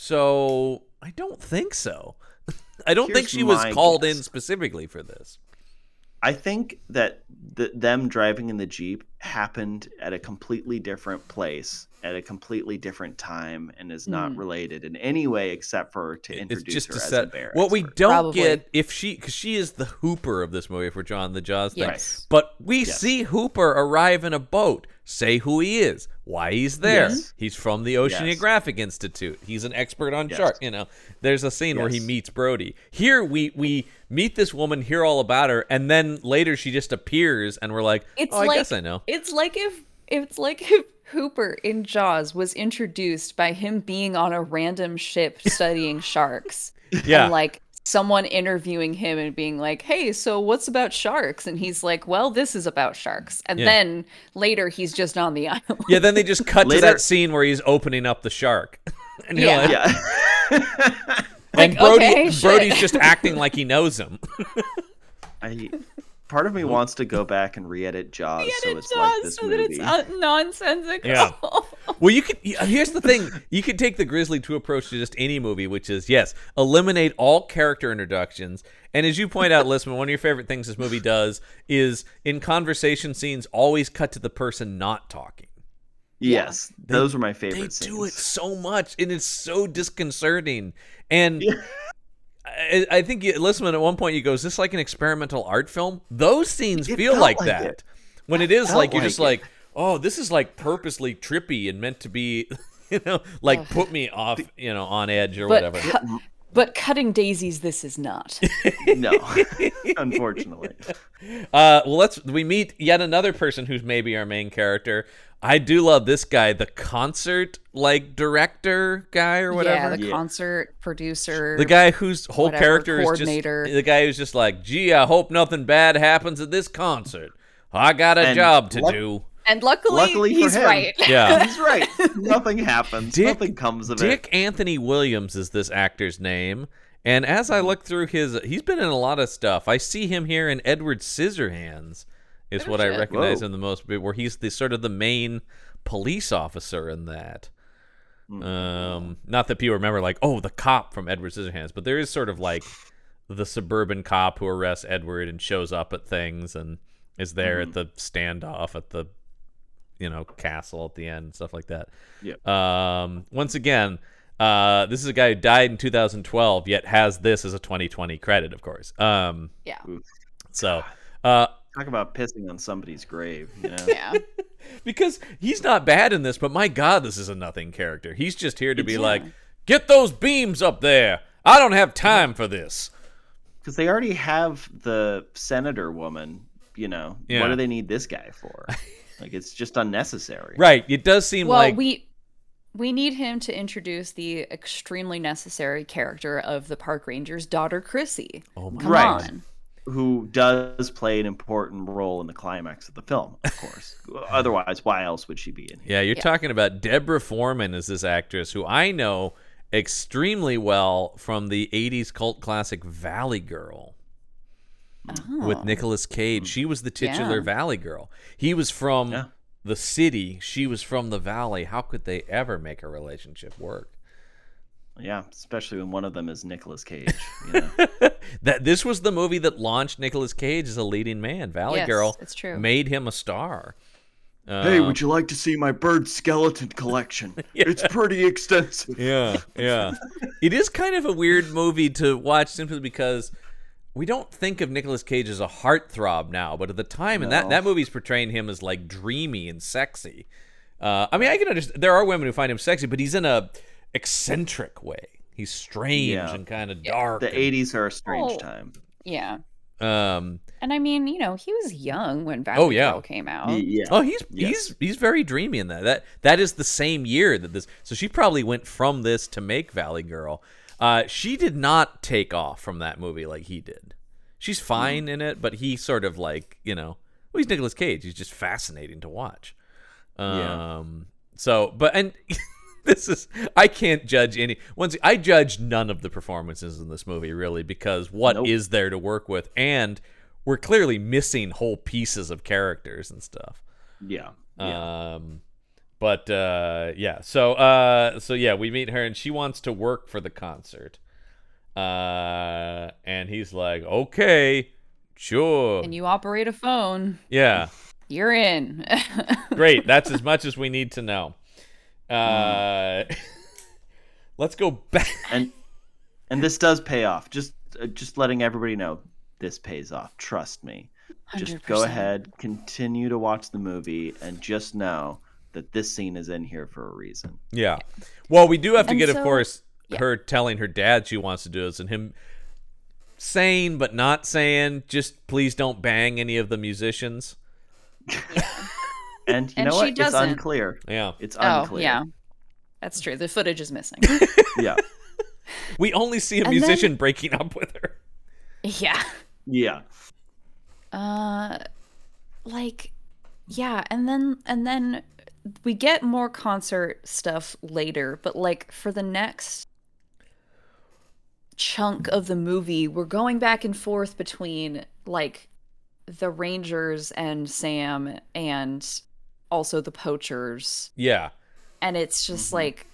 so I don't think so. I don't think
Here's
she was
my
called in
guess.
specifically for this.
I think that the, them driving in the jeep happened at a completely different place at a completely different time and is not related in any way except for to
it's
introduce
just
her
to
as
set
a bear.
what we
expert.
don't
Probably.
get if she because she is the hooper of this movie if we're drawing the jaws thing
Yes.
but we see hooper arrive in a boat say who he is why he's there
Yes.
he's from the
Yes.
oceanographic institute he's an expert on
Yes.
shark you know there's a scene where he
Yes.
meets brody here we we meet this woman hear all about her and then later she just appears and we're like
It's
oh
like
i guess i know
It's like if it's like if Hooper in Jaws was introduced by him being on a random ship studying sharks.
yeah
And like someone interviewing him and being like, "Hey, so what's about sharks?" And he's like, "Well, this is about sharks." And
Yeah.
then later he's just on the island.
yeah then they just cut to
Later-
that scene where he's opening up the shark and you're
Yeah.
like
Yeah.
And Brody,
okay, shit.
Brody's just acting like he knows him.
I, part of me wants to go back and re-edit Jaws so it's like this
so that
movie.
it's un- nonsensical.
Yeah. well, you could. Here's the thing: you could take the Grizzly Two approach to just any movie, which is yes, eliminate all character introductions. And as you point out, Lisman, one of your favorite things this movie does is in conversation scenes always cut to the person not talking.
yes, those were my
They
favorite scenes.
do it so much, and it's so disconcerting. And I, I think you, Lisman at one point you go, "Is this like an experimental art film?" Those scenes
It
feel
felt
like,
like
that.
it.
When it is
felt
like you're
like
just
it.
like, "Oh, this is like purposely trippy and meant to be." You know, like put me off, you know, on edge or
But,
whatever.
cu- but cutting daisies, this is not.
No, unfortunately.
Uh, well, let's we meet yet another person who's maybe our main character. I do love this guy, the concert like director guy or whatever.
Yeah, the
Yeah.
concert producer.
The guy whose whole
whatever,
character is just
coordinator.
the guy who's just like, "Gee, I hope nothing bad happens at this concert. I got a
And
job to
luck-
do."
and luckily,
Luckily for
he's
him.
right.
Yeah.
He's right. Nothing happens.
Uh, Dick-
Nothing comes of
Dick Anthony Williams is this actor's name, and as I look through his, he's been in a lot of stuff. I see him here in Edward Scissorhands, is what I
shit.
recognize
Whoa.
him the most, where he's the sort of the main police officer in that.
Mm-hmm.
Um, not that people remember like, oh, the cop from Edward Scissorhands, but there is sort of like the suburban cop who arrests Edward and shows up at things and is there
Mm-hmm.
at the standoff at the you know castle at the end and stuff like that.
Yep.
Um, once again, uh, this is a guy who died in 2012, yet has this as a 2020 credit, of course. Um,
Yeah.
Oof.
So. Uh,
Talk about pissing on somebody's grave. You know?
Yeah.
because he's not bad in this, but my God, this is a nothing character. He's just here to be
Yeah.
like, get those beams up there. I don't have time for this.
because they already have the senator woman. You know,
Yeah.
what do they need this guy for? like, it's just unnecessary.
Right. It does seem
Well,
like
we we need him to introduce the extremely necessary character of the park ranger's daughter, Chrissy.
Oh my
Come
Right.
on.
Who does play an important role in the climax of the film, of course. Otherwise, why else would she be in here?
Yeah, you're
Yeah.
talking about Deborah Foreman as this actress who I know extremely well from the 80s cult classic Valley Girl with
Oh.
Nicolas Cage. She was the titular
Yeah.
Valley Girl. He was from
Yeah.
the city, she was from the valley. How could they ever make a relationship work?
Yeah, especially when one of them is Nicolas Cage. You know?
that this was the movie that launched Nicolas Cage as a leading man. Valley
Yes,
Girl
it's true.
made him a star. Uh,
hey, would you like to see my bird skeleton collection? It's pretty extensive.
Yeah, yeah. it is kind of a weird movie to watch simply because we don't think of Nicolas Cage as a heartthrob now, but at the time, and that
No.
that movie's portraying him as like dreamy and sexy. Uh, I mean, I can understand there are women who find him sexy, but he's in a eccentric way. He's strange
Yeah.
and kind of dark.
The '80s are a strange
Oh.
time.
Yeah.
Um,
And I mean, you know, he was young when Valley
Oh, yeah.
Girl came out.
Yeah.
Oh, he's
Yes.
he's he's very dreamy in that. That that is the same year that this. So she probably went from this to make Valley Girl. Uh, she did not take off from that movie like he did.
Hmm.
She's fine in it, but he sort of like you know, well, he's Nicolas Cage. He's just fascinating to watch.
Yeah.
Um. So, but and this is I can't judge any. Once I judge none of the performances in this movie really because what is
Nope.
there to work with and. We're clearly missing whole pieces of characters and stuff. Uh.
Yeah. Yeah.
Um, but uh, yeah, so uh, so yeah, we meet her and she wants to work for the concert. Uh, and he's like, okay, sure,
And you operate a phone,
yeah,
you're in.
great. That's as much as we need to know. Uh, let's go back.
and and this does pay off. Just uh, just letting everybody know this pays off. Trust me. Just go
100%.
ahead, continue to watch the movie, and just know that this scene is in here for a reason.
Yeah. Well, we do have to
And
get, of
so-
course,
yeah.
her telling her dad she wants to do this and him saying but not saying, just please don't bang any of the musicians.
And you
And
know
she
what?
doesn't.
It's unclear.
Yeah.
It's
Oh,
unclear.
yeah. That's true. The footage is missing.
yeah,
We only see a
And
musician breaking up with her.
yeah.
yeah.
Uh like yeah, and then and then we get more concert stuff later, but like for the next chunk of the movie, we're going back and forth between like the Rangers and Sam and also the Poachers,
Yeah.
and it's
Mm-hmm.
just like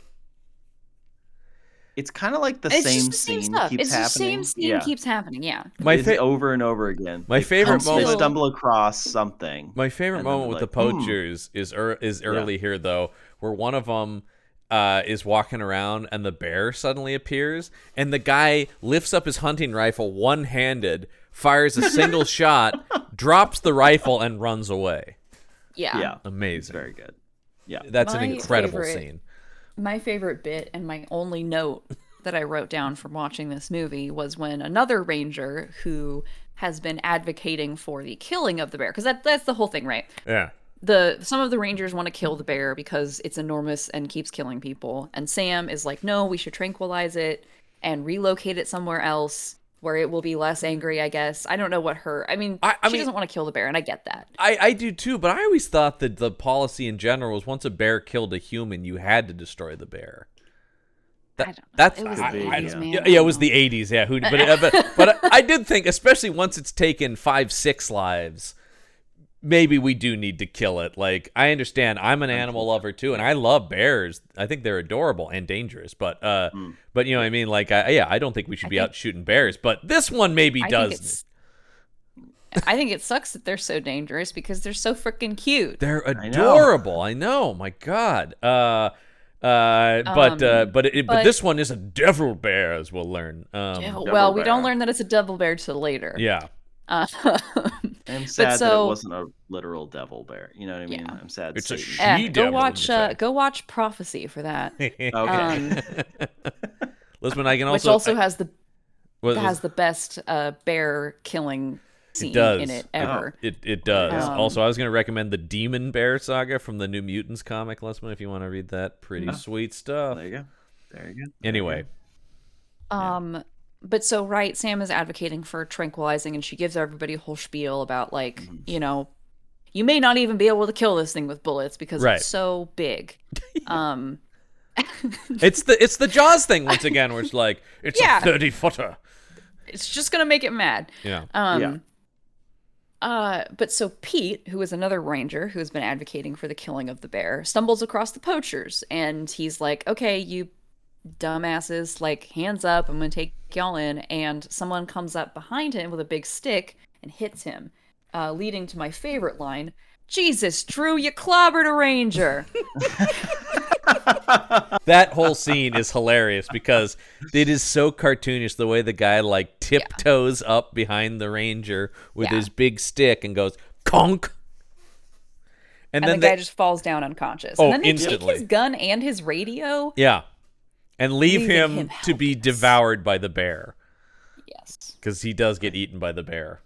It's kind of like the
it's
same
just the
scene
same stuff.
keeps
It's
happening.
the same scene
yeah.
keeps happening. Yeah.
My
It's
fa-
over and over again.
My
They
favorite
come- They
moment-
stumble across something.
My favorite
And then
moment
they're
with the
like, "Hmm."
poachers is er- is early here though, where one of them uh, is walking around and the bear suddenly appears, and the guy lifts up his hunting rifle one handed, fires a single shot, drops the rifle, and runs away.
Yeah.
yeah, it's
Amazing.
very good. Yeah,
That's an
My
incredible
favorite-
scene.
My favorite bit and my only note that I wrote down from watching this movie was when another ranger who has been advocating for the killing of the bear because that, that's the whole thing right
Yeah.
the some of the rangers want to kill the bear because it's enormous and keeps killing people and sam is like no we should tranquilize it and relocate it somewhere else where it will be less angry i guess i don't know what her i mean
I- I
she
mean-
doesn't want to kill the bear and i get that
I, I do too, but I always thought that the policy in general was once a bear killed a human, you had to destroy the bear. That,
I don't know.
That's
It was
I-
the
I-
80s,
I-
man.
Yeah, yeah, it was the eighties. Yeah, who, uh, but, but but I did think, especially once it's taken five six lives, maybe we do need to kill it. Like I understand I'm an animal lover too and I love bears. I think they're adorable and dangerous, but uh
Mm.
but you know what I mean like I, yeah, I don't think we should
I
be
think-
out shooting bears, but this one maybe
I
does.
think it's. I think it sucks that they're so dangerous because they're so freaking cute.
They're
know.
adorable. I know. My God. Uh, uh, but uh,
Um,
but, it, but
but-
this one is a devil bear, as we'll learn. Um,
Yeah,
Double
well, we
bear.
don't learn that it's a double bear till later.
Yeah.
Uh,
I'm sad that
so-
it wasn't a literal devil bear. You know what I mean?
Yeah.
I'm sad.
It's a
Satan-
sh-
eh,
She
go
devil,
watch.
in
Uh,
fact.
go watch Prophecy for that,
okay.
Um,
Listen, I can
which
also.
also
I-
has the
well,
has the best uh, bear killing scene
does.
in it ever.
it, it does.
Um,
also, I was going to recommend the Demon Bear Saga from the New Mutants comic, Lesman, if you want to read that. Pretty
Yeah.
sweet stuff.
There you go. There you go.
Anyway,
Um, but so right, Sam is advocating for tranquilizing, and she gives everybody a whole spiel about like
Mm-hmm.
you know, you may not even be able to kill this thing with bullets because
Right.
it's so big. um,
it's the it's the Jaws thing once again, where it's like it's
Yeah.
a thirty footer.
it's just gonna make it mad.
Yeah.
Um,
Yeah.
Uh, but so Pete, who is another ranger who has been advocating for the killing of the bear, stumbles across the poachers and he's like, okay, you dumbasses, like, hands up, I'm gonna take y'all in. And someone comes up behind him with a big stick and hits him, uh, leading to my favorite line Jesus, Drew, you clobbered a ranger.
that whole scene is hilarious because it is so cartoonish the way the guy like tiptoes up behind the ranger with
Yeah.
his big stick and goes conk and,
and
then
the guy
they-
just falls down unconscious.
Oh,
and then they
instantly.
take his gun and his radio.
yeah and leave
Leaving
him,
him
to be devoured by the bear
Yes.
because he does get eaten by the bear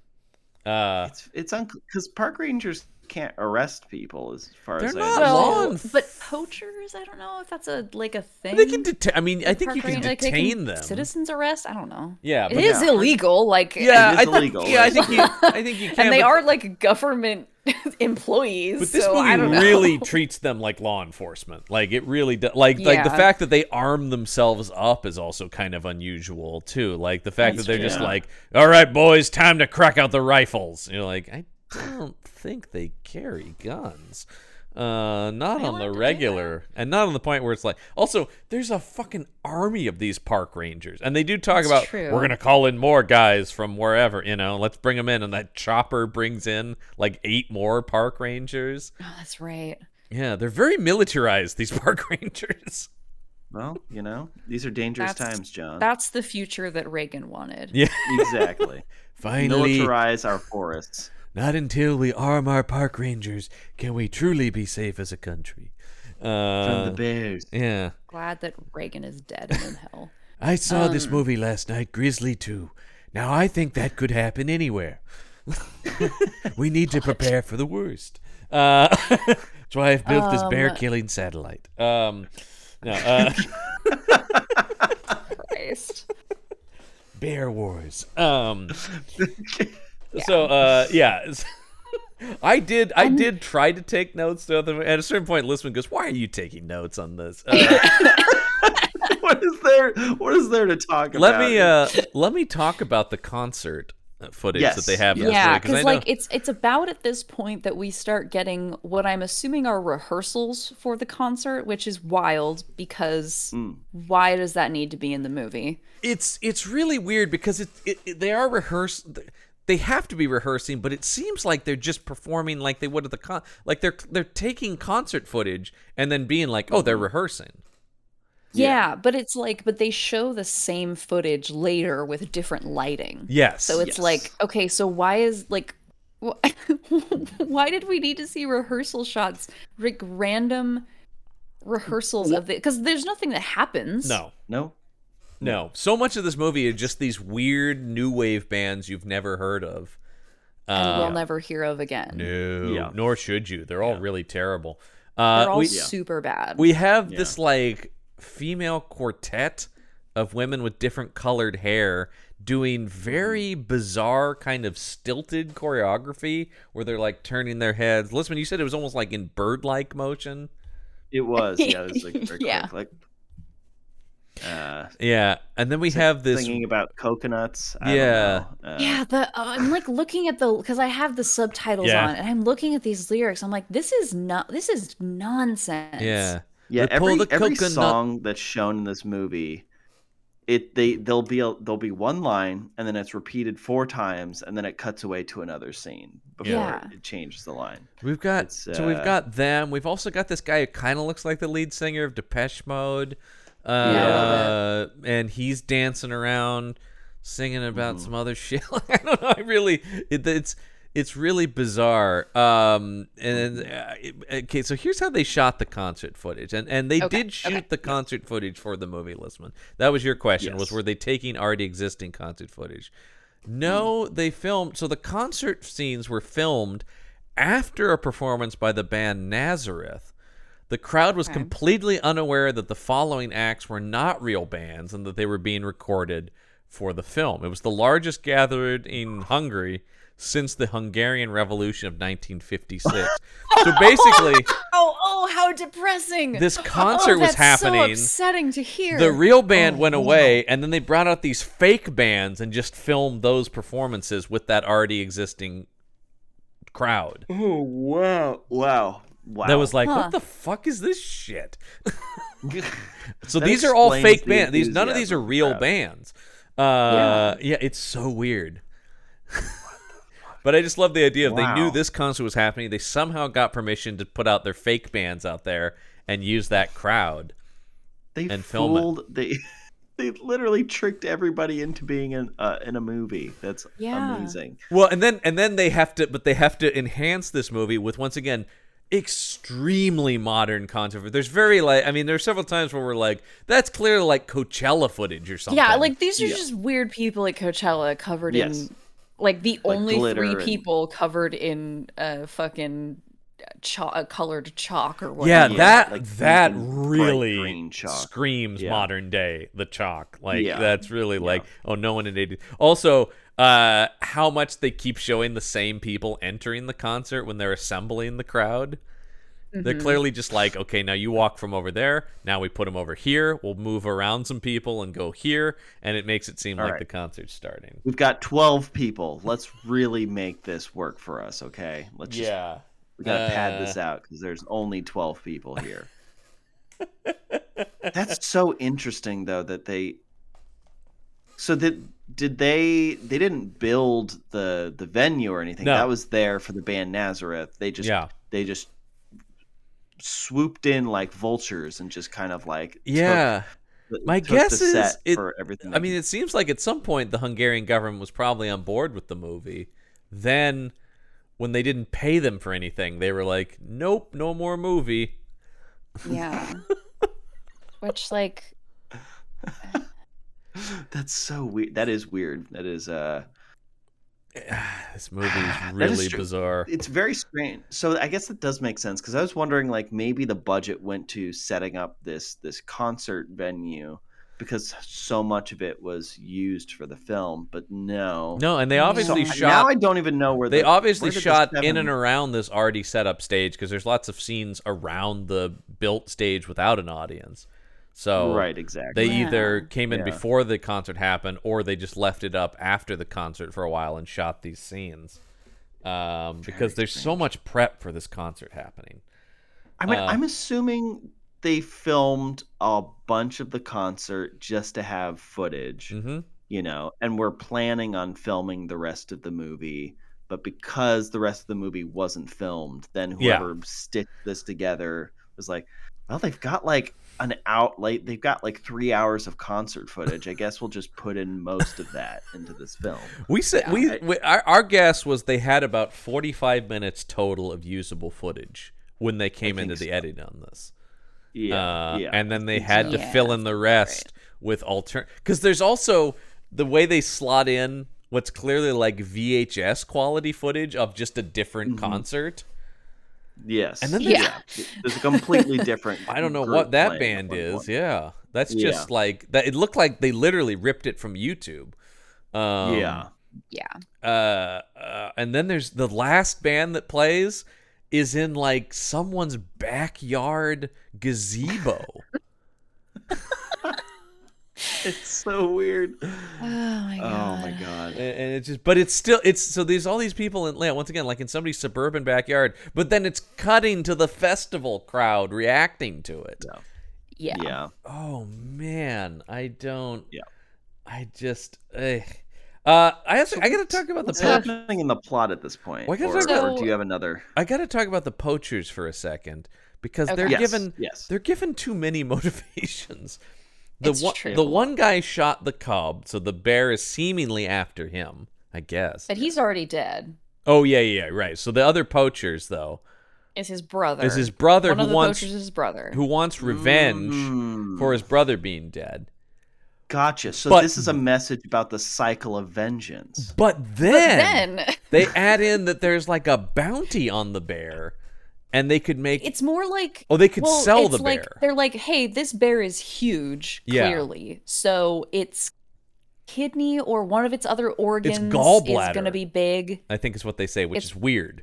uh
It's it's unclear because park rangers can't arrest people as far
They're
as
not allowed.
I know.
Law
Well,
enf-
but poachers, I don't know if that's a like a thing.
they can deta- i mean i think
park
you can
ranger- like, they
detain them
Citizens arrest? I don't know.
Yeah,
it
but-
is
Yeah.
illegal. Like,
yeah,
It is
I think,
illegal.
yeah, I think you, I think you can.
and they
but-
are like government employees.
But this
so I don't
movie
know.
really treats them like law enforcement. Like it really does. Like like the
Yeah.
fact that they arm themselves up is also kind of unusual too. Like the fact
That's
that they're
true.
just like, "All right, boys, time to crack out the rifles." And you're like, I don't think they carry guns. Uh, not
They
on the
learned to do
regular, and not on the point where it's like. Also, there's a fucking army of these park rangers, and they do talk
That's
about
true.
we're gonna call in more guys from wherever, you know. Let's bring them in, and that chopper brings in like eight more park rangers.
Oh, that's right.
Yeah, they're very militarized, these park rangers.
Well, you know, these are dangerous
That's-
times, John.
That's the future that Reagan wanted.
Yeah.
Exactly.
Finally,
Militarize our forests.
not until we arm our park rangers can we truly be safe as a country.
From
Uh,
the bears.
yeah.
Glad that Reagan is dead and in hell.
I saw this movie last night, Grizzly 2. Now I think that could happen anywhere. we need to prepare for the worst. Uh, that's why I've built this bear killing satellite. Um, no, uh,
Christ.
Bear Wars. Um, So uh, yeah, I did. I did try to take notes. The other at a certain point, Lisman goes, "Why are you taking notes on this?" Uh,
what is there? What is there to talk about?
let me uh, let me talk about the concert uh, footage
Yes.
that they have. in this
Yeah,
movie,
because
I
like
know-
it's it's about at this point that we start getting what I'm assuming are rehearsals for the concert, which is wild because why does that need to be in the movie?
it's it's really weird because it, it, it- they are rehearse they have to be rehearsing but it seems like they're just performing like they would at the con like they're they're taking concert footage and then being like oh they're rehearsing
Yeah, but it's like, but they show the same footage later with different lighting.
yes
So
Yes.
it's like, okay, so why is like, wh- why did we need to see rehearsal shots, like random rehearsals of the? Because there's nothing that happens.
no
No.
No. So much of this movie is just these weird new wave bands you've never heard of.
and
Uh,
we'll never hear of again.
no.
Yeah.
Nor should you. They're all really terrible. Uh,
They're all
we,
super bad.
we have this like female quartet of women with different colored hair doing very bizarre kind of stilted choreography where they're like turning their heads. Listen, you said it was almost like in bird-like motion.
It was. Yeah. It was like, very
Yeah.
quick, like uh,
Yeah, and then we have this.
singing about coconuts. I don't
Yeah.
know. Uh,
Yeah, the oh, I'm like looking at the because I have the subtitles
Yeah.
on and I'm looking at these lyrics. I'm like, this is not this is nonsense.
Yeah,
yeah.
They pull
Every,
the
every
coconut-
song that's shown in this movie, it they there'll be a, there'll be one line and then it's repeated four times and then it cuts away to another scene before
Yeah.
it changes the line.
we've got
It's,
so we've
uh,
got them. We've also got this guy who kind of looks like the lead singer of Depeche Mode, uh,
Yeah,
and he's dancing around, singing about some other shit. I don't know. I really it, it's it's really bizarre. Um, and uh, it- okay, so here's how they shot the concert footage, and and they
Okay,
did shoot
okay.
the concert footage for the movie. Listman, that was your question. Was
Yes.
were they taking already existing concert footage? No, they filmed. So the concert scenes were filmed after a performance by the band Nazareth. The crowd was completely unaware that the following acts were not real bands and that they were being recorded for the film. It was the largest gathering in Hungary since the Hungarian Revolution of 1956. so basically,
Oh, oh, how depressing!
This
Oh,
concert was
that's
happening.
So upsetting to hear.
the real band went away, and then they brought out these fake bands and just filmed those performances with that already existing crowd.
Oh wow! Wow! Wow!
That was like,
Huh.
what the fuck is this shit? so
That
these are all
explains
fake
the
bands. These none of
enthusiasm
these are
of the
real
crowd.
bands. Uh, yeah. it's so weird. but I just love the idea of they knew
Wow.
this concert was happening. They somehow got permission to put out their fake bands out there and use that crowd.
they
and film it.
fooled they they literally tricked everybody into being in uh, in a movie. That's
Yeah.
amazing.
Well, and then and then they have to, but they have to enhance this movie with once again extremely modern content. There's very like, I mean, there's several times where we're like, that's clearly like Coachella footage or something.
yeah, like these are
Yeah.
just weird people at Coachella covered
Yes.
in like the
Like
only
glitter
three
and-
people covered in uh fucking cho- uh, colored chalk or whatever.
yeah,
Yeah,
that
like
that
deep and bright
really
green chalk.
screams
Yeah.
modern day the chalk. Like
Yeah.
that's really like oh no one in eighty. Also, uh, how much they keep showing the same people entering the concert when they're assembling the crowd. They're clearly just like, okay, now you walk from over there. Now we put them over here. We'll move around some people and go here, and it makes it seem like
right.
the concert's starting.
We've got twelve people. Let's really make this work for us, okay? Let's just we gotta pad
Uh.
this out because there's only twelve people here. That's so interesting though that they so did did they they didn't build the the venue or anything
No.
that was there for the band nazareth they just
Yeah.
they just swooped in like vultures and just kind of like took
Yeah.
the-
My
took the
guess is
set
it-
for everything
I mean, it seems like at some point the Hungarian government was probably on board with the movie. Then, when they didn't pay them for anything, they were like, "Nope, no more movie."
yeah. Which like
that's so weird that is weird that is uh
This movie is
is
really
true.
bizarre.
it's very strange so i guess that does make sense because i was wondering like maybe the budget went to setting up this this concert venue because so much of it was used for the film but no
No, and they obviously
So,
shot.
now i don't even know where
they
the,
obviously
where did the
shot in
seven-
and around this already set up stage because there's lots of scenes around the built stage without an audience. So
right exactly
They
Yeah.
either came in
Yeah.
before the concert happened, or they just left it up after the concert for a while and shot these scenes. Um, because there's so much prep for this concert happening.
I mean,
Uh,
I'm assuming they filmed a bunch of the concert just to have footage,
hmm
you know, and we're planning on filming the rest of the movie. But because the rest of the movie wasn't filmed, then
Yeah.
whoever stitched this together was like, well, they've got like an out like they've got like three hours of concert footage. I guess we'll just put in most of that into this film.
We said we, we our, our guess was they had about 45 minutes total of usable footage when they came into the
think so.
edit on this.
Yeah.
uh,
yeah.
and then they
think
had
so.
to
Yeah,
fill in the rest with alter because there's also the way they slot in what's clearly like VHS quality footage of just a different
Mm-hmm.
concert.
yes.
and then
they- Yeah.
There's a completely different
I don't know
group
what that
playing
band
at one
is.
point.
Yeah, that's
Yeah.
just like that. It looked like they literally ripped it from YouTube. Um,
yeah.
yeah.
uh, uh, and then there's the last band that plays is in like someone's backyard gazebo.
it's so weird.
my
Oh
god.
my god.
and, and it's just but it's still it's so there's all these people in yeah, once again like in somebody's suburban backyard but then it's cutting to the festival crowd reacting to it
Yeah.
Yeah.
oh man i don't
Yeah.
i just eh. uh i also, i gotta talk about the
What's
poach-
happening in the plot at this point?
Why can't
or,
I-
or do you have another?
i gotta talk about the poachers for a second because they're
Okay.
Yes,
given
yes.
they're given too many motivations the
It's
one
true.
the one guy shot the cub so the bear is seemingly after him i guess
But he's already dead.
oh yeah yeah yeah, right so the other poachers though
Is his brother.
Is his brother
One
who
of the
wants
poachers is his brother.
who wants revenge
Mm,
for his brother being dead.
gotcha. So
But-
this is a message about the cycle of vengeance.
But
But
then,
then
they add in that there's like a bounty on the bear, and they could make
it's more like
oh they could
well,
sell
it's
the
like,
bear.
They're like, hey, this bear is huge,
Yeah.
clearly. So its kidney or one of its other organs is going to
gallbladder.
be big.
I think is what they say, which
It's-
is weird.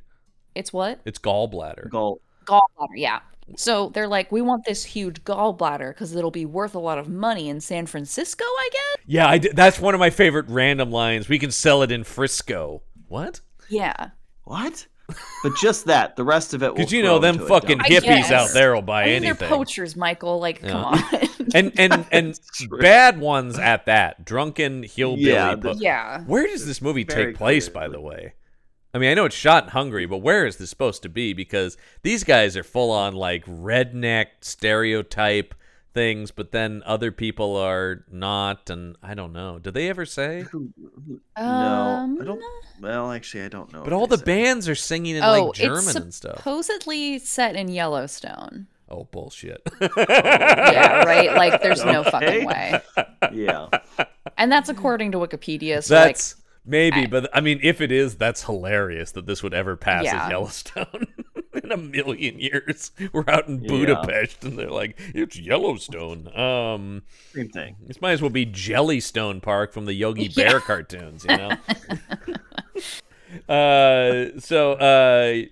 It's what?
It's gallbladder.
Go.
Gallbladder, yeah. So they're like, we want this huge gallbladder because it'll be worth a lot of money in San Francisco, I guess?
yeah, I did, that's one of my favorite random lines. We can sell it in Frisco. What?
Yeah.
What? But just that. The rest of it. will
Because you know
throw
them
into it,
fucking
don't
I
you?
hippies out
guess.
there will buy
I mean,
anything.
they're poachers, Michael. Like,
Yeah.
come on.
and and and
true.
bad ones at that. Drunken hillbilly.
Yeah,
po-
the-
yeah.
Where does this movie
Very
take place, by
clearly.
the way? I mean, I know it's shot in Hungary, but where is this supposed to be? Because these guys are full on like redneck stereotype things, but then other people are not, and I don't know. Do they ever say?
Who- who-
Um,
no, I don't. Well, actually, I don't know.
But
if
all
they
the
say.
bands are singing in
oh,
like German and
it's
stuff.
supposedly set in Yellowstone.
Oh, bullshit.
yeah, right? Like, there's no
Okay.
fucking way.
Yeah.
And that's according to Wikipedia. So, like,
That's maybe, but I mean, if it is, that's hilarious that this would ever pass
Yeah.
as Yellowstone in a million years. We're out in
Yeah.
Budapest, and they're like, "It's Yellowstone." Um,
Same thing.
this might as well be Jellystone Park from the Yogi
Yeah.
Bear cartoons, you know. uh, so uh,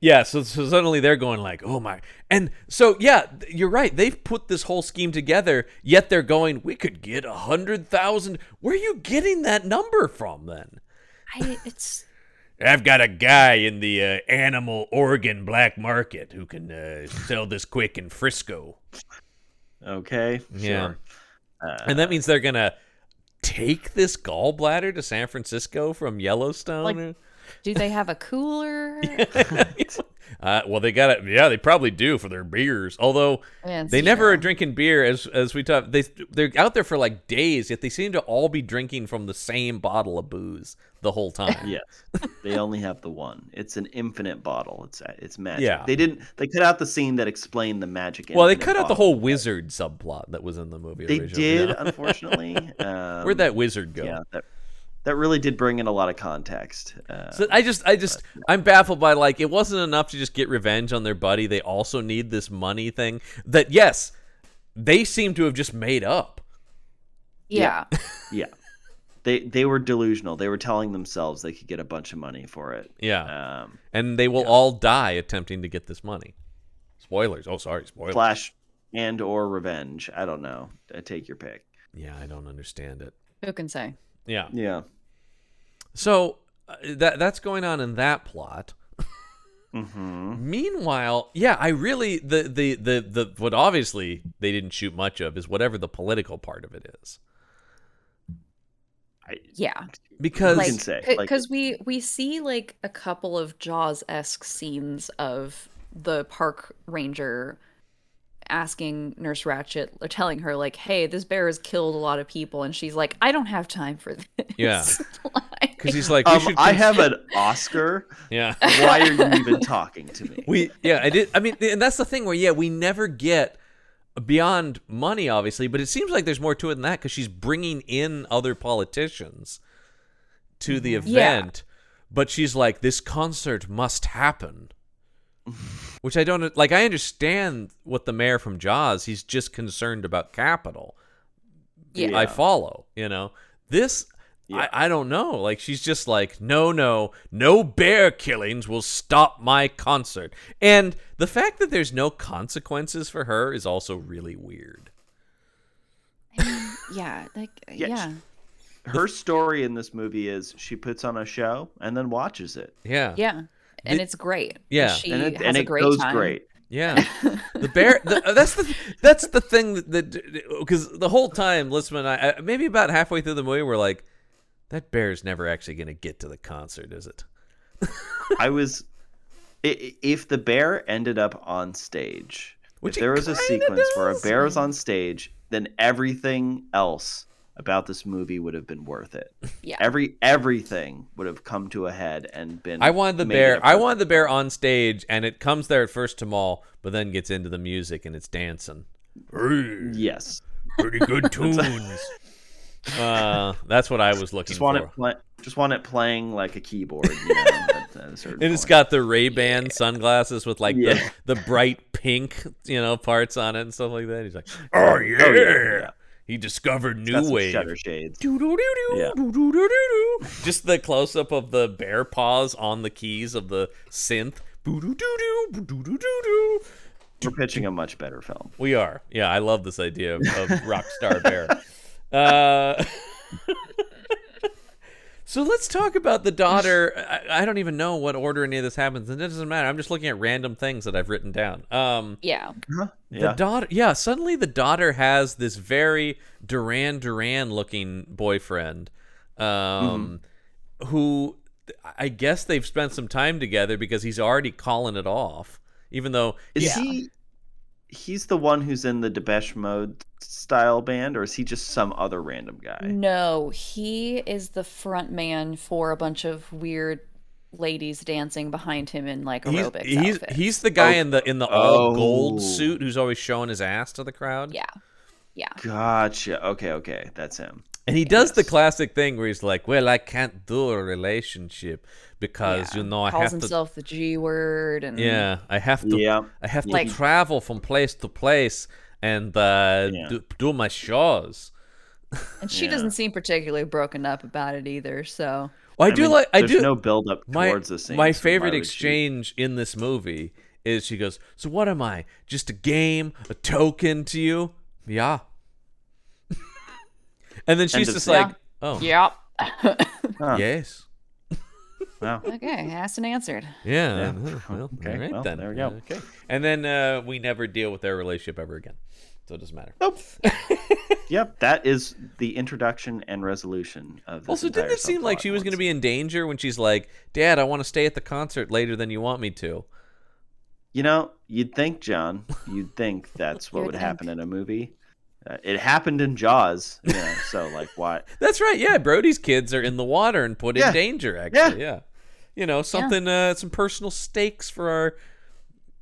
yeah, so, so suddenly they're going like, "Oh my!" And so yeah, th- you're right. They've put this whole scheme together. Yet they're going, "We could get a hundred thousand. Where are you getting that number from then?"
I, it's
I've got a guy in the uh, animal organ black market who can uh, sell this quick in Frisco.
Okay.
Yeah.
Sure. Uh,
And that means they're gonna take this gallbladder to San Francisco from Yellowstone.
do they have a cooler?
uh, well, they got it. Yeah, they probably do for their beers. Although
Man,
they
you
never
know.
are drinking beer, as as we talked. They they're out there for like days, yet they seem to all be drinking from the same bottle of booze the whole time.
Yes, they only have the one. It's an infinite bottle. It's uh, it's magic.
Yeah.
They didn't. They cut out the scene that explained the magic.
Well, they
infinite
cut out the
bottle.
whole wizard subplot that was in the movie.
They
originally.
did,
No.
unfortunately. Um,
Where'd that wizard go?
Yeah. That, that really did bring in a lot of context. Uh,
So I just, I just, I'm baffled by like it wasn't enough to just get revenge on their buddy. They also need this money thing that yes, they seem to have just made up.
Yeah.
yeah. They they were delusional. They were telling themselves they could get a bunch of money for it.
Yeah,
Um,
and they will all die attempting to get this money. Spoilers. Oh, sorry, spoilers.
flash and or revenge. I don't know. I take your pick.
Yeah, I don't understand it.
Who can say?
Yeah.
Yeah.
So uh, that that's going on in that plot.
Mm-hmm.
Meanwhile, yeah, I really the the the the what obviously they didn't shoot much of is whatever the political part of it is
I,
Yeah.
because
can say, like-
Because we, we see like a couple of Jaws esque scenes of the park ranger asking Nurse Ratchet or telling her, like, hey, this bear has killed a lot of people. And she's like, I don't have time for this.
Yeah.
Like,
because he's like we
um,
should
I
cons-
have an Oscar.
yeah
Why are you even talking to me?
we yeah i did i mean and that's the thing where yeah we never get beyond money obviously but it seems like there's more to it than that because she's bringing in other politicians to the
Yeah.
event but she's like this concert must happen which i don't like i understand what the mayor from jaws he's just concerned about capital
yeah.
I follow, you know. This
Yeah.
I, I don't know. Like she's just like, no, no, no bear killings will stop my concert. And the fact that there's no consequences for her is also really weird.
I mean, yeah, like
Yeah,
yeah.
Her story in this movie is she puts on a show and then watches it,
Yeah.
Yeah. And
The-
it's great.
Yeah.
She
and it,
has
and
a
it
great
goes
time.
great.
Yeah, the bear. The, uh, that's the that's the thing that because the whole time, Lisman, and I I- maybe about halfway through the movie, we're like, that bear's never actually going to get to the concert, is it?
I was, i- i- if the bear ended up on stage,
Which it
if there was a
kinda
sequence where a
does.
bear was on stage, then everything else about this movie would have been worth it.
Yeah.
Every everything would have come to a head and been.
I wanted the
made
bear.
up
I
with-
wanted the bear on stage, and it comes there at first to Maul, but then gets into the music and it's dancing.
Yes,
Pretty good tunes. uh, that's what I was looking
just
for.
want it. Pl- just want it playing like a keyboard. You know, at, at a certain
And it's
point.
got the Ray Ban sunglasses with like
Yeah.
the, the bright pink, you know, parts on it and stuff like that. He's like, oh yeah,
yeah.
he discovered new
It's got some
wave.
shutter shades.
Doo-doo-doo-doo,
Yeah.
doo-doo-doo-doo. Just the close up of the bear paws on the keys of the synth. Boo-doo-doo-doo, boo-doo-doo-doo-doo.
We're pitching a much better film.
We are. Yeah, I love this idea of, of rock star bear. Uh, so let's talk about the daughter. I, I don't even know what order any of this happens, and it doesn't matter. I'm just looking at random things that I've written down. Um,
Yeah.
the
Yeah,
daughter, yeah, suddenly the daughter has this very Duran Duran looking boyfriend, um,
Mm-hmm.
who I guess they've spent some time together because he's already calling it off, even though
is
he's-
he? He's the one who's in the Depeche Mode style band, or is he just some other random guy?
Mm.
No, he is the front man for a bunch of weird ladies dancing behind him in like
he's
aerobics
he's,
outfits.
he's the guy in the in the all
Oh.
gold suit who's always showing his ass to the crowd.
yeah.
Gotcha. Okay, okay, that's him.
And he does the classic thing where he's like, "Well, I can't do a relationship because
yeah.
you know Oh, I
calls
have
himself the G word and
to yeah, I have to
Yeah.
I have to
Like-
travel from place to place and uh,
Yeah.
do, do my shows."
and she doesn't seem particularly broken up about it either, so
Well, I, do
mean,
like I
there's
do
no build up
my
towards the scene.
my
so why
favorite
would she-
exchange in this movie is she goes, "So what am I? Just a game, a token to you?" Yeah. and then she's
of
just
scene.
like, "Oh,
Yep.
Huh.
yes,
Wow.
okay, asked and answered.
yeah."
Yeah.
uh, Well,
Okay,
all right
well,
then.
there we go.
Okay. And then uh, we never deal with their relationship ever again, so it doesn't matter.
Nope. yep, that is the introduction and resolution of this.
Also, didn't
entire
it seem like
subplot
she was going to
once.
be in danger when she's like, "Dad, I want to stay at the concert later than you want me to."
You know, you'd think, John, you'd think that's what
You'd
would
think.
happen in a movie. Uh, it happened in Jaws, you know, so like what?
That's right. Yeah, Brody's kids are in the water and put
Yeah.
in danger. Actually, yeah. You know, something, uh, some personal stakes for our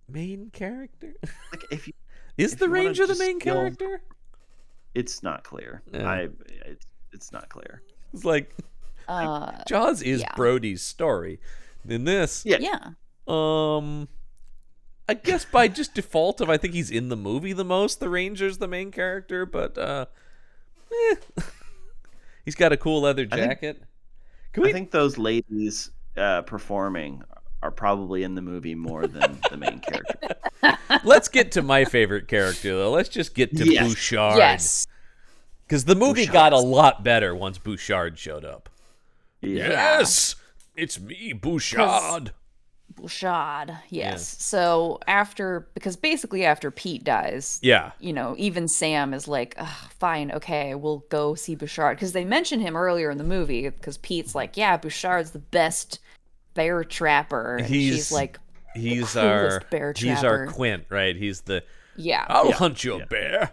main character.
Like if you,
Is
If
the
you wanna
ranger the
just
main
kill-
character?
it's not clear.
Yeah.
I, it's, it's not clear.
It's like
Uh
Jaws is
yeah.
Brody's story. In this,
Yeah,
yeah.
um, I guess by just default of I think he's in the movie the most. The ranger's the main character, but uh, eh. he's got a cool leather
I think-
jacket. Can we
I think those ladies uh, performing are probably in the movie more than the main character.
Let's get to my favorite character though. Let's just get to
Yes.
Bouchard.
Yes.
Because the movie
Bouchard.
got a lot better once Bouchard showed up.
Yeah.
Yes. It's me, Bouchard.
Bouchard. Yes. So after because basically after Pete dies,
Yeah.
you know, even Sam is like, "Ugh, fine, okay, we'll go see Bouchard. Because they mention him earlier in the movie, because Pete's like, yeah, Bouchard's the best bear trapper. And
He's-
she's like,
He's
The
our
coolest bear
he's our
trapper.
Quint, right? He's the
yeah,
I'll hunt your bear.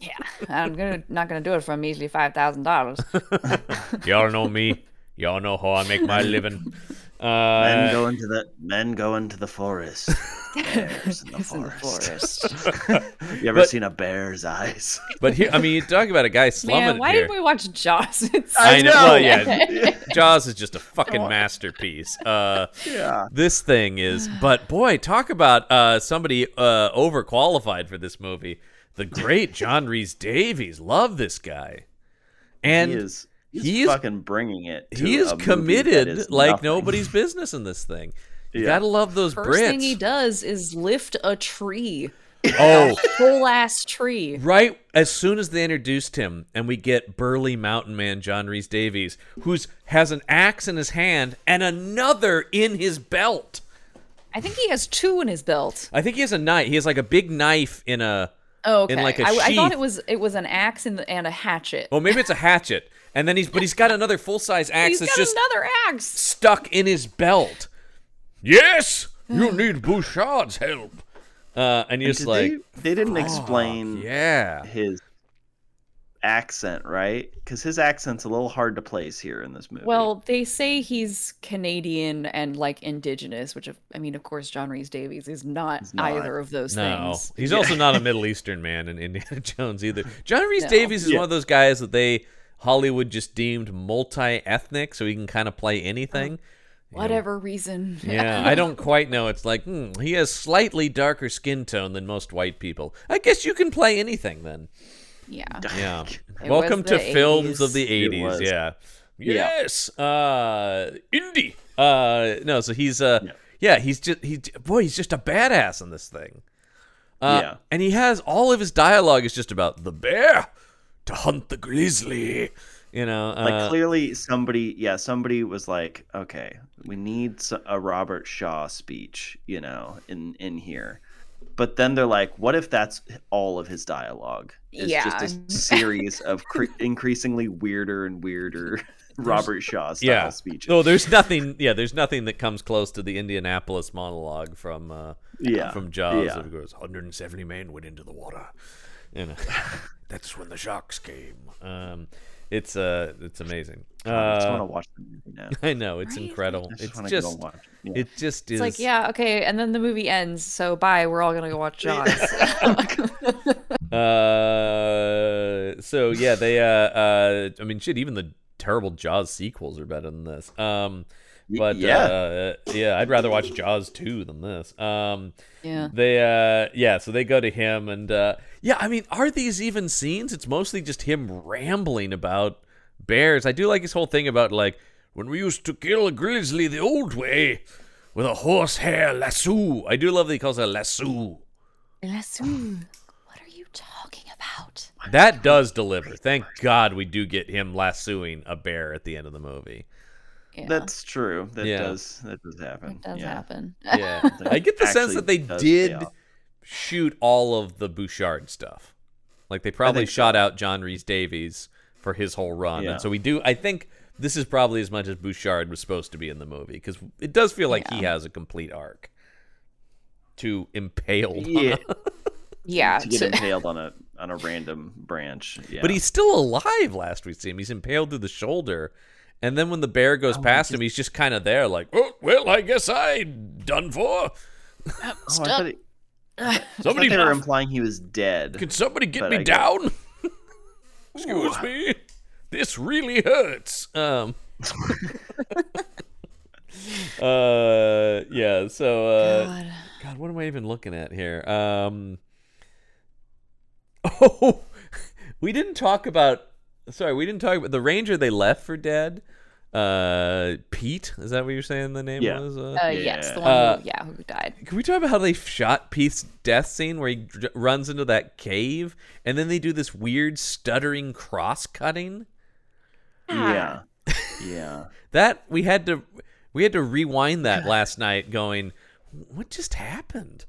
yeah, I'm gonna not gonna do it for a measly five thousand dollars.
Y'all know me. Y'all know how I make my living.
Men
Uh,
go into the men go into the forest. Bears in the
in the
forest.
forest.
You ever
But-
seen a bear's eyes?
but here, I mean, you talk about a guy slumming
Man,
it
why
here.
did we watch Jaws? It's
I know. Well, yeah, Jaws is just a fucking masterpiece. Uh,
Yeah.
this thing is, but boy, talk about uh, somebody uh, overqualified for this movie. The great John Reese Davies, love this guy, and
he is he's
he is-
fucking bringing it. to
he is
a movie that
committed
is
like
nothing.
nobody's business in this thing. You
Yeah.
gotta love those
First
Brits.
thing he does is lift a tree.
Oh,
whole ass tree.
right as soon as they introduced him, and we get burly mountain man John Reese Davies, who's has an axe in his hand and another in his belt.
I think he has two in his belt.
I think he has a knife. He has like a big knife in a.
Oh, okay.
In like a
I, I thought
sheath. Oh,
it was it was an axe and, and a hatchet.
Well, maybe it's a hatchet, and then he's but he's got another full size axe
He's
that's
got
just
another axe.
stuck in his belt. Yes, you need Bouchard's help. Uh, and you're just
Did
like,
they, they didn't explain
yeah.
his accent, right? Because his accent's a little hard to place here in this movie.
Well, they say he's Canadian and like indigenous, which of, I mean, of course, John Reese Davies is not,
He's not.
either of those
No,
things.
he's also not a Middle Eastern man in Indiana Jones either. John Reese
No.
Davies is
Yeah.
one of those guys that they Hollywood just deemed multi-ethnic, so he can kind of play anything.
Whatever reason.
Yeah, I don't quite know. It's like hmm, he has slightly darker skin tone than most white people. I guess you can play anything then.
yeah.
Yeah.
It
Welcome
was
to
the
films of
80s.
the
It
80s.
was.
Yeah.
Yeah.
Yes. Uh indie. Uh no, so he's uh yeah,
Yeah.
he's just he boy, he's just a badass in this thing. Uh,
Yeah.
and he has all of his dialogue is just about the bear to hunt the grizzly. You know, uh,
like clearly somebody, yeah, somebody was like, okay, we need s- a Robert Shaw speech, you know, in in here. But then they're like, what if that's all of his dialogue? It's just
Yeah.
a series of cre- increasingly weirder and weirder Robert Shaw style
yeah.
speeches.
No, there's nothing. Yeah, there's nothing that comes close to the Indianapolis monologue from uh,
Yeah.
from Jaws.
Yeah.
Of course, 170 men went into the water, and uh, that's when the sharks came. Um, it's uh, it's amazing.
I just want to
Uh,
watch the movie now.
I know it's
Right?
incredible.
I just
It's
want to go
just
and watch. it. Yeah.
it just is
It's like, yeah, okay, and then the movie ends, so bye, we're all gonna go watch Jaws.
Uh, so yeah, they uh, uh, I mean, shit, even the terrible Jaws sequels are better than this. Um,
Y-
but
yeah.
uh, yeah, I'd rather watch Jaws two than this. Um,
yeah.
they uh, yeah, so they go to him and uh, yeah, I mean, are these even scenes? It's mostly just him rambling about bears. I do like his whole thing about like when we used to kill a grizzly the old way with a horsehair lasso. I do love that he calls it a lasso.
What are you talking about?
That does deliver. Thank God we do get him lassoing a bear at the end of the movie.
Yeah,
That's true. That
Yeah.
does that does happen.
it does
yeah.
happen.
Yeah. I get the sense
Actually
that they
does
did
pay off.
shoot all of the Bouchard stuff. Like they probably
think so.
shot out John Reese Davies for his whole run.
Yeah.
And so we do I think this is probably as much as Bouchard was supposed to be in the movie cuz it does feel like he has a complete arc to impaled. on
Yeah,
a-
Yeah.
to get
so-
impaled on a on a random branch. Yeah.
But he's still alive last we see him. He's impaled through the shoulder. And then when the bear
Oh,
goes past him, he's just kind of there, like, oh, well, I guess I done for.
oh, I thought, it, I thought
Somebody,
they were implying he was dead.
can somebody get
but
me
I guess-
down? Excuse me. This really hurts. Um. uh, yeah. So, uh, God.
God.
what am I even looking at here? Um. Oh, we didn't talk about. Sorry, we didn't talk about the ranger they left for dead. Uh, Pete, is that what you're saying the name
Yeah.
was? Uh,
Uh, yes,
Yeah.
the one
Uh,
who, yeah, who died.
can we talk about how they shot Pete's death scene where he dr- runs into that cave and then they do this weird stuttering cross cutting?
yeah. Yeah.
That we had to we had to rewind that last night going what just happened?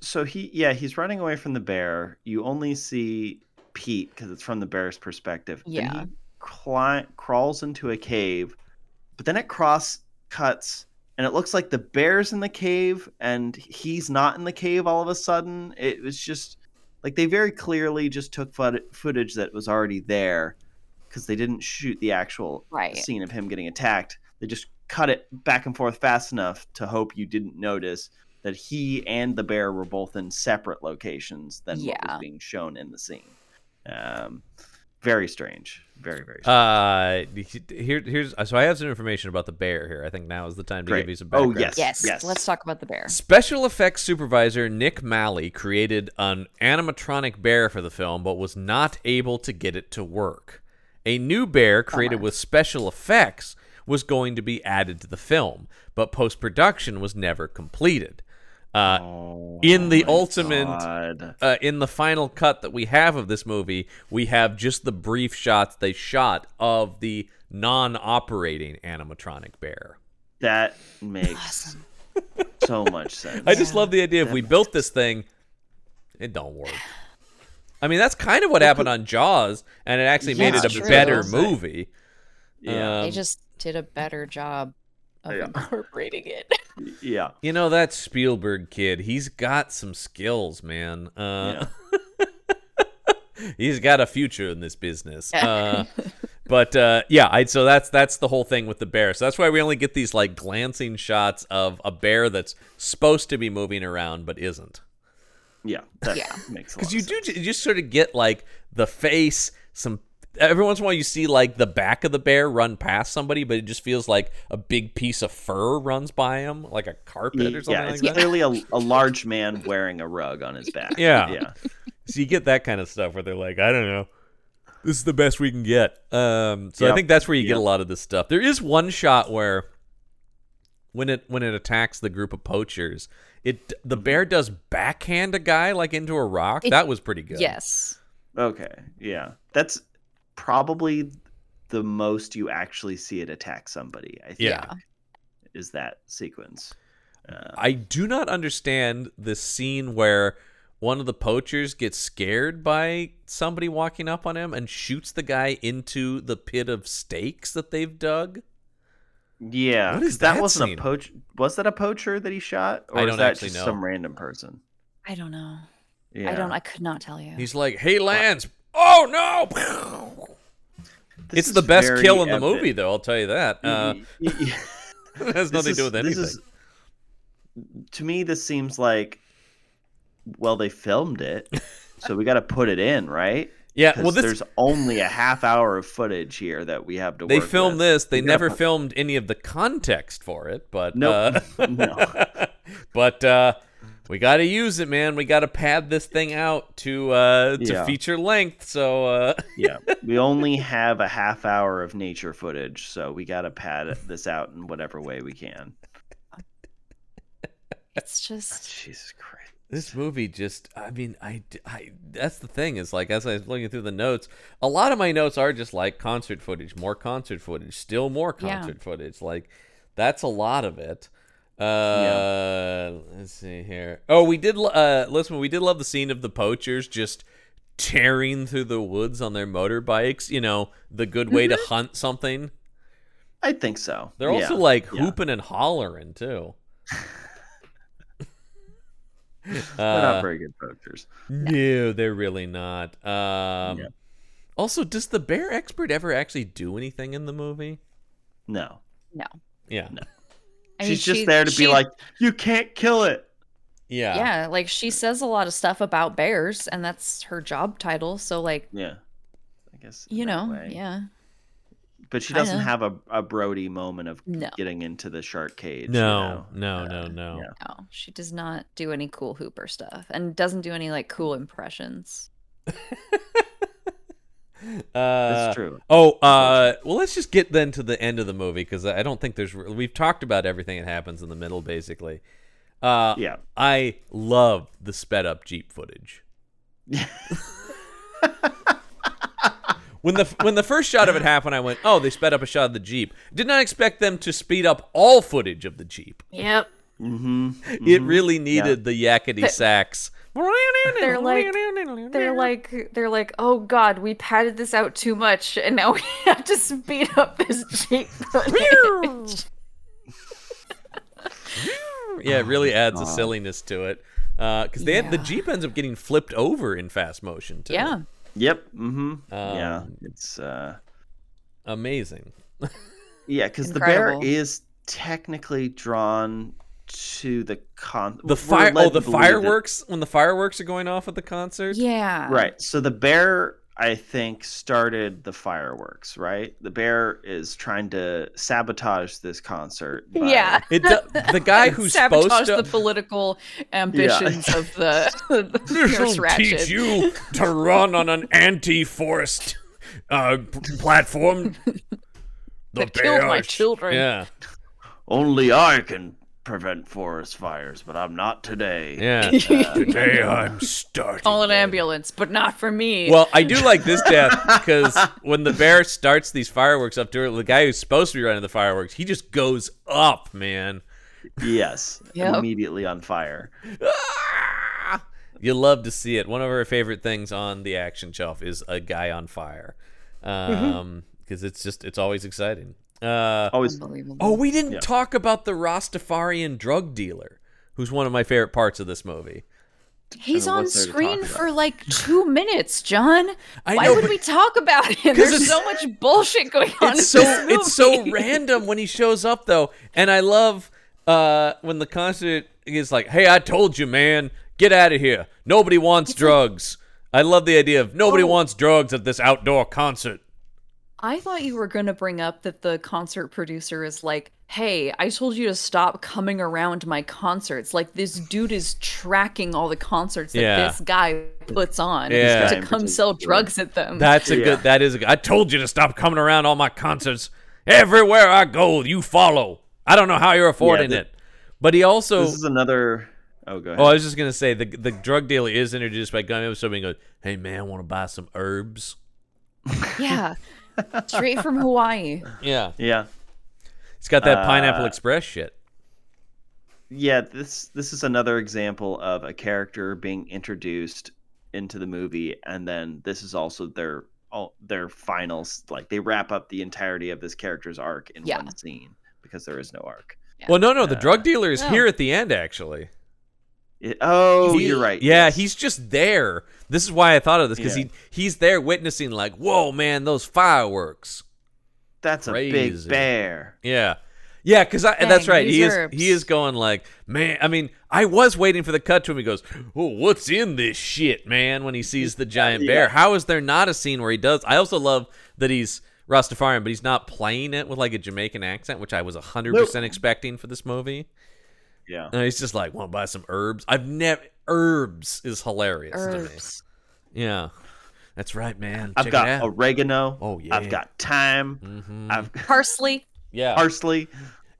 So he yeah, he's running away from the bear. You only see Pete cuz it's from the bear's perspective. and
Yeah.
he cli- crawls into a cave. But then it cross cuts and it looks like the bear's in the cave and he's not in the cave all of a sudden. It was just like they very clearly just took fut- footage that was already there because they didn't shoot the actual
Right.
scene of him getting attacked. They just cut it back and forth fast enough to hope you didn't notice that he and the bear were both in separate locations than what
Yeah.
was being shown in the scene. Um, very strange. Very very. strange.
Uh here here's so I have some information about the bear here. I think now is the time to
Great.
give you some
Oh,
background.
yes.
Yes,
Yes.
Let's talk about the bear.
Special effects supervisor Nick Malley created an animatronic bear for the film, but was not able to get it to work. A new
Oh,
bear created with special effects was going to be added to the film, but post production was never completed. Uh, Uh,
Oh,
in the
my
ultimate-
God.
uh, in the final cut that we have of this movie, we have just the brief shots they shot of the non-operating animatronic bear.
that makes
Awesome.
so much sense.
I just love the idea of we built this thing, it don't work. I mean, that's kind of what happened on Jaws, and it actually made
Yeah,
it a
true.
better
Jaws, I-
movie.
yeah,
they
Um,
just did a better job of
Yeah.
incorporating it.
yeah.
You know that Spielberg kid, he's got some skills, man. Uh, he's got a future in this business. Uh, but uh, yeah, I, so that's that's the whole thing with the bear. So that's why we only get these like glancing shots of a bear that's supposed to be moving around but isn't.
Yeah, that
Yeah.
makes a lot
Because you
of
do you just sort of get like the face, some every once in a while you see like the back of the bear run past somebody, but it just feels like a big piece of fur runs by him, like a carpet or
sense.
something
Yeah,
like
it's
that.
clearly a, a large man wearing a rug on his back.
Yeah.
yeah,
So you get that kind of stuff where they're like, I don't know, this is the best we can get. Um, so I
Yep.
think that's where you get a
Yep.
lot of this stuff. There is one shot where when it when it attacks the group of poachers, it the
Mm-hmm.
bear does backhand a guy like into a rock.
It-
that was pretty good.
Yes.
Okay, yeah, that's probably the most you actually see it attack somebody. I think
Yeah.
is that sequence. Uh,
I do not understand the scene where one of the poachers gets scared by somebody walking up on him and shoots the guy into the pit of stakes that they've dug.
yeah,
What is
'cause that,
that
wasn't
scene?
a poach. Was that a poacher that he shot, or
I
is
don't
that
actually
just
know.
some random person?
I don't know.
Yeah.
I don't. I could not tell you.
He's like, "Hey, Lance! Oh no!"
This
it's the
is
best
very
kill in the
evident.
movie, though. I'll tell you that. Uh, it has
This
nothing to do with
is- this
anything.
is- to me, this seems like, well, they filmed it, so we got to put it in, right?
yeah.
'Cause
Uh, Well, this
there's only a half hour of footage here that we have to.
they
work
filmed
with.
this. They
We gotta
never
put-
filmed any of the context for it, but
Nope.
uh,
No.
but uh, we got to use it, man. We got to pad this thing out to uh, to
Yeah.
feature length. So uh,
yeah, we only have a half hour of nature footage, so we got to pad this out in whatever way we can.
It's just
Jesus Christ.
this movie just i mean I, I that's the thing is like as i was looking through the notes a lot of my notes are just like concert footage more concert footage still more
Yeah.
concert footage like that's a lot of it uh let's see here oh we did lo- uh listen we did love the scene of the poachers just tearing through the woods on their motorbikes you know the good way to hunt something
I think so.
they're
Mm-hmm. Yeah.
also like
Yeah.
hooping and hollering too
They're
Uh,
not very good poachers.
no, they're really not. Um,
Yeah.
Also, does the bear expert ever actually do anything in the movie?
No,
no.
Yeah.
I mean,
she's just
she-
there to
she-
be like, you can't kill it.
Yeah.
yeah, like she says a lot of stuff about bears, and that's her job title. So, like,
Yeah, I guess in
you
that
know,
way.
yeah,
But she
I
doesn't
know.
have a, a Brody moment of
no,
getting into the shark cage.
No,
you know?
no, no, no.
yeah.
no, she does not do any cool Hooper stuff, and doesn't do any like cool impressions.
Uh,
That's true.
Oh, uh, well, let's just get then to the end of the movie because I don't think there's. We've talked about everything that happens in the middle, basically. Uh,
Yeah.
I love the sped up Jeep footage. when the when the first shot of it happened, I went, "Oh, they sped up a shot of the Jeep." Did not expect them to speed up all footage of the Jeep.
Yep.
Mm-hmm.
It really needed the yakety sax.
They're like- They're like, they're like, oh god, we padded this out too much, and now we have to speed up this jeep. footage."
yeah, it really adds a silliness to it. Because they had, the
Yeah.
Jeep ends up getting flipped over in fast motion too.
yeah,
Yep. Mm-hmm. yeah.
Um,
It's uh.
amazing.
Yeah, because the bear
Incredible.
is technically drawn to the con. we're
The fire,
led
oh,
to
the
believe that-
fireworks when the fireworks are going off at the concert.
yeah,
Right. So the bear, I think, started the fireworks. Right. The bear is trying to sabotage this concert. by-
Yeah.
It do, the guy who's supposed
sabotage
to
the political ambitions of the, the Nurse Ratched.
you to run on an anti-forest uh, platform.
That killed my bears- children.
Yeah,
Only I can prevent forest fires, but I'm not today.
Yeah.
Today I'm starting.
Call an ambulance, but not for me.
Well, I do like this death because when the bear starts these fireworks up to her, the guy who's supposed to be running the fireworks, he just goes up, man.
Yes.
Yep.
Immediately on fire.
You love to see it. One of our favorite things on the action shelf is a guy on fire,
Mm-hmm.
because it's just it's always exciting. Uh,
Always
unbelievable.
oh, we didn't
Yeah.
talk about the Rastafarian drug dealer, who's one of my favorite parts of this movie.
He's
I mean,
on
what's there to talk
screen
about?
for like two minutes, John.
I
Why
know,
would
but-
we talk about him?
'Cause
There's
it's-
so much bullshit going on.
it's
in
so
this
it's so
movie.
random when he shows up though and i love uh when the concert is like hey i told you man get out of here nobody wants drugs i love the idea of
Oh.
nobody wants drugs at this outdoor concert
I thought you were gonna bring up that the concert producer is like, "Hey, I told you to stop coming around my concerts. Like this dude is tracking all the concerts that
Yeah.
this guy puts on
Yeah.
This guy
to
in
come sell
particular.
drugs at them."
that's a
Yeah.
good that is a good i told you to stop coming around all my concerts everywhere i go you follow i don't know how you're affording
the-
it but he also
This is another Oh go ahead.
Oh, I was just gonna say the the drug dealer is introduced by Gummy so and goes, "Hey man, want to buy some herbs?"
yeah, straight from Hawaii.
Yeah,
yeah.
it's got that Pineapple
Uh,
Express shit.
yeah this this is another example of a character being introduced into the movie and then this is also their all their finals like they wrap up the entirety of this character's arc in
Yeah.
one scene because there is no arc
Well, no, no, the drug dealer is
no.
here at the end, actually.
It- oh
He-
you're right
Yeah,
yes.
he's just there. This is why I thought of this because
Yeah.
he he's there witnessing, like, whoa, man, those fireworks.
that's a
crazy.
big bear
Yeah, yeah, because I that's
Dang,
right. He is
reserves.
he is going like, man. I mean, I was waiting for the cut to him. He goes, oh, what's in this shit, man? When he sees the giant
Yeah.
bear, how is there not a scene where he does? I also love that he's. Rastafarian, but he's not playing it with like a Jamaican accent, which I was 100% expecting for this movie.
yeah
And he's just like, want to buy some herbs? I've never. Herbs is hilarious
Herbs.
to me. Yeah, that's right, man.
i've
Check it
got
out.
oregano
Oh, yeah.
i've got thyme
Mhm.
i've got
Parsley.
yeah.
parsley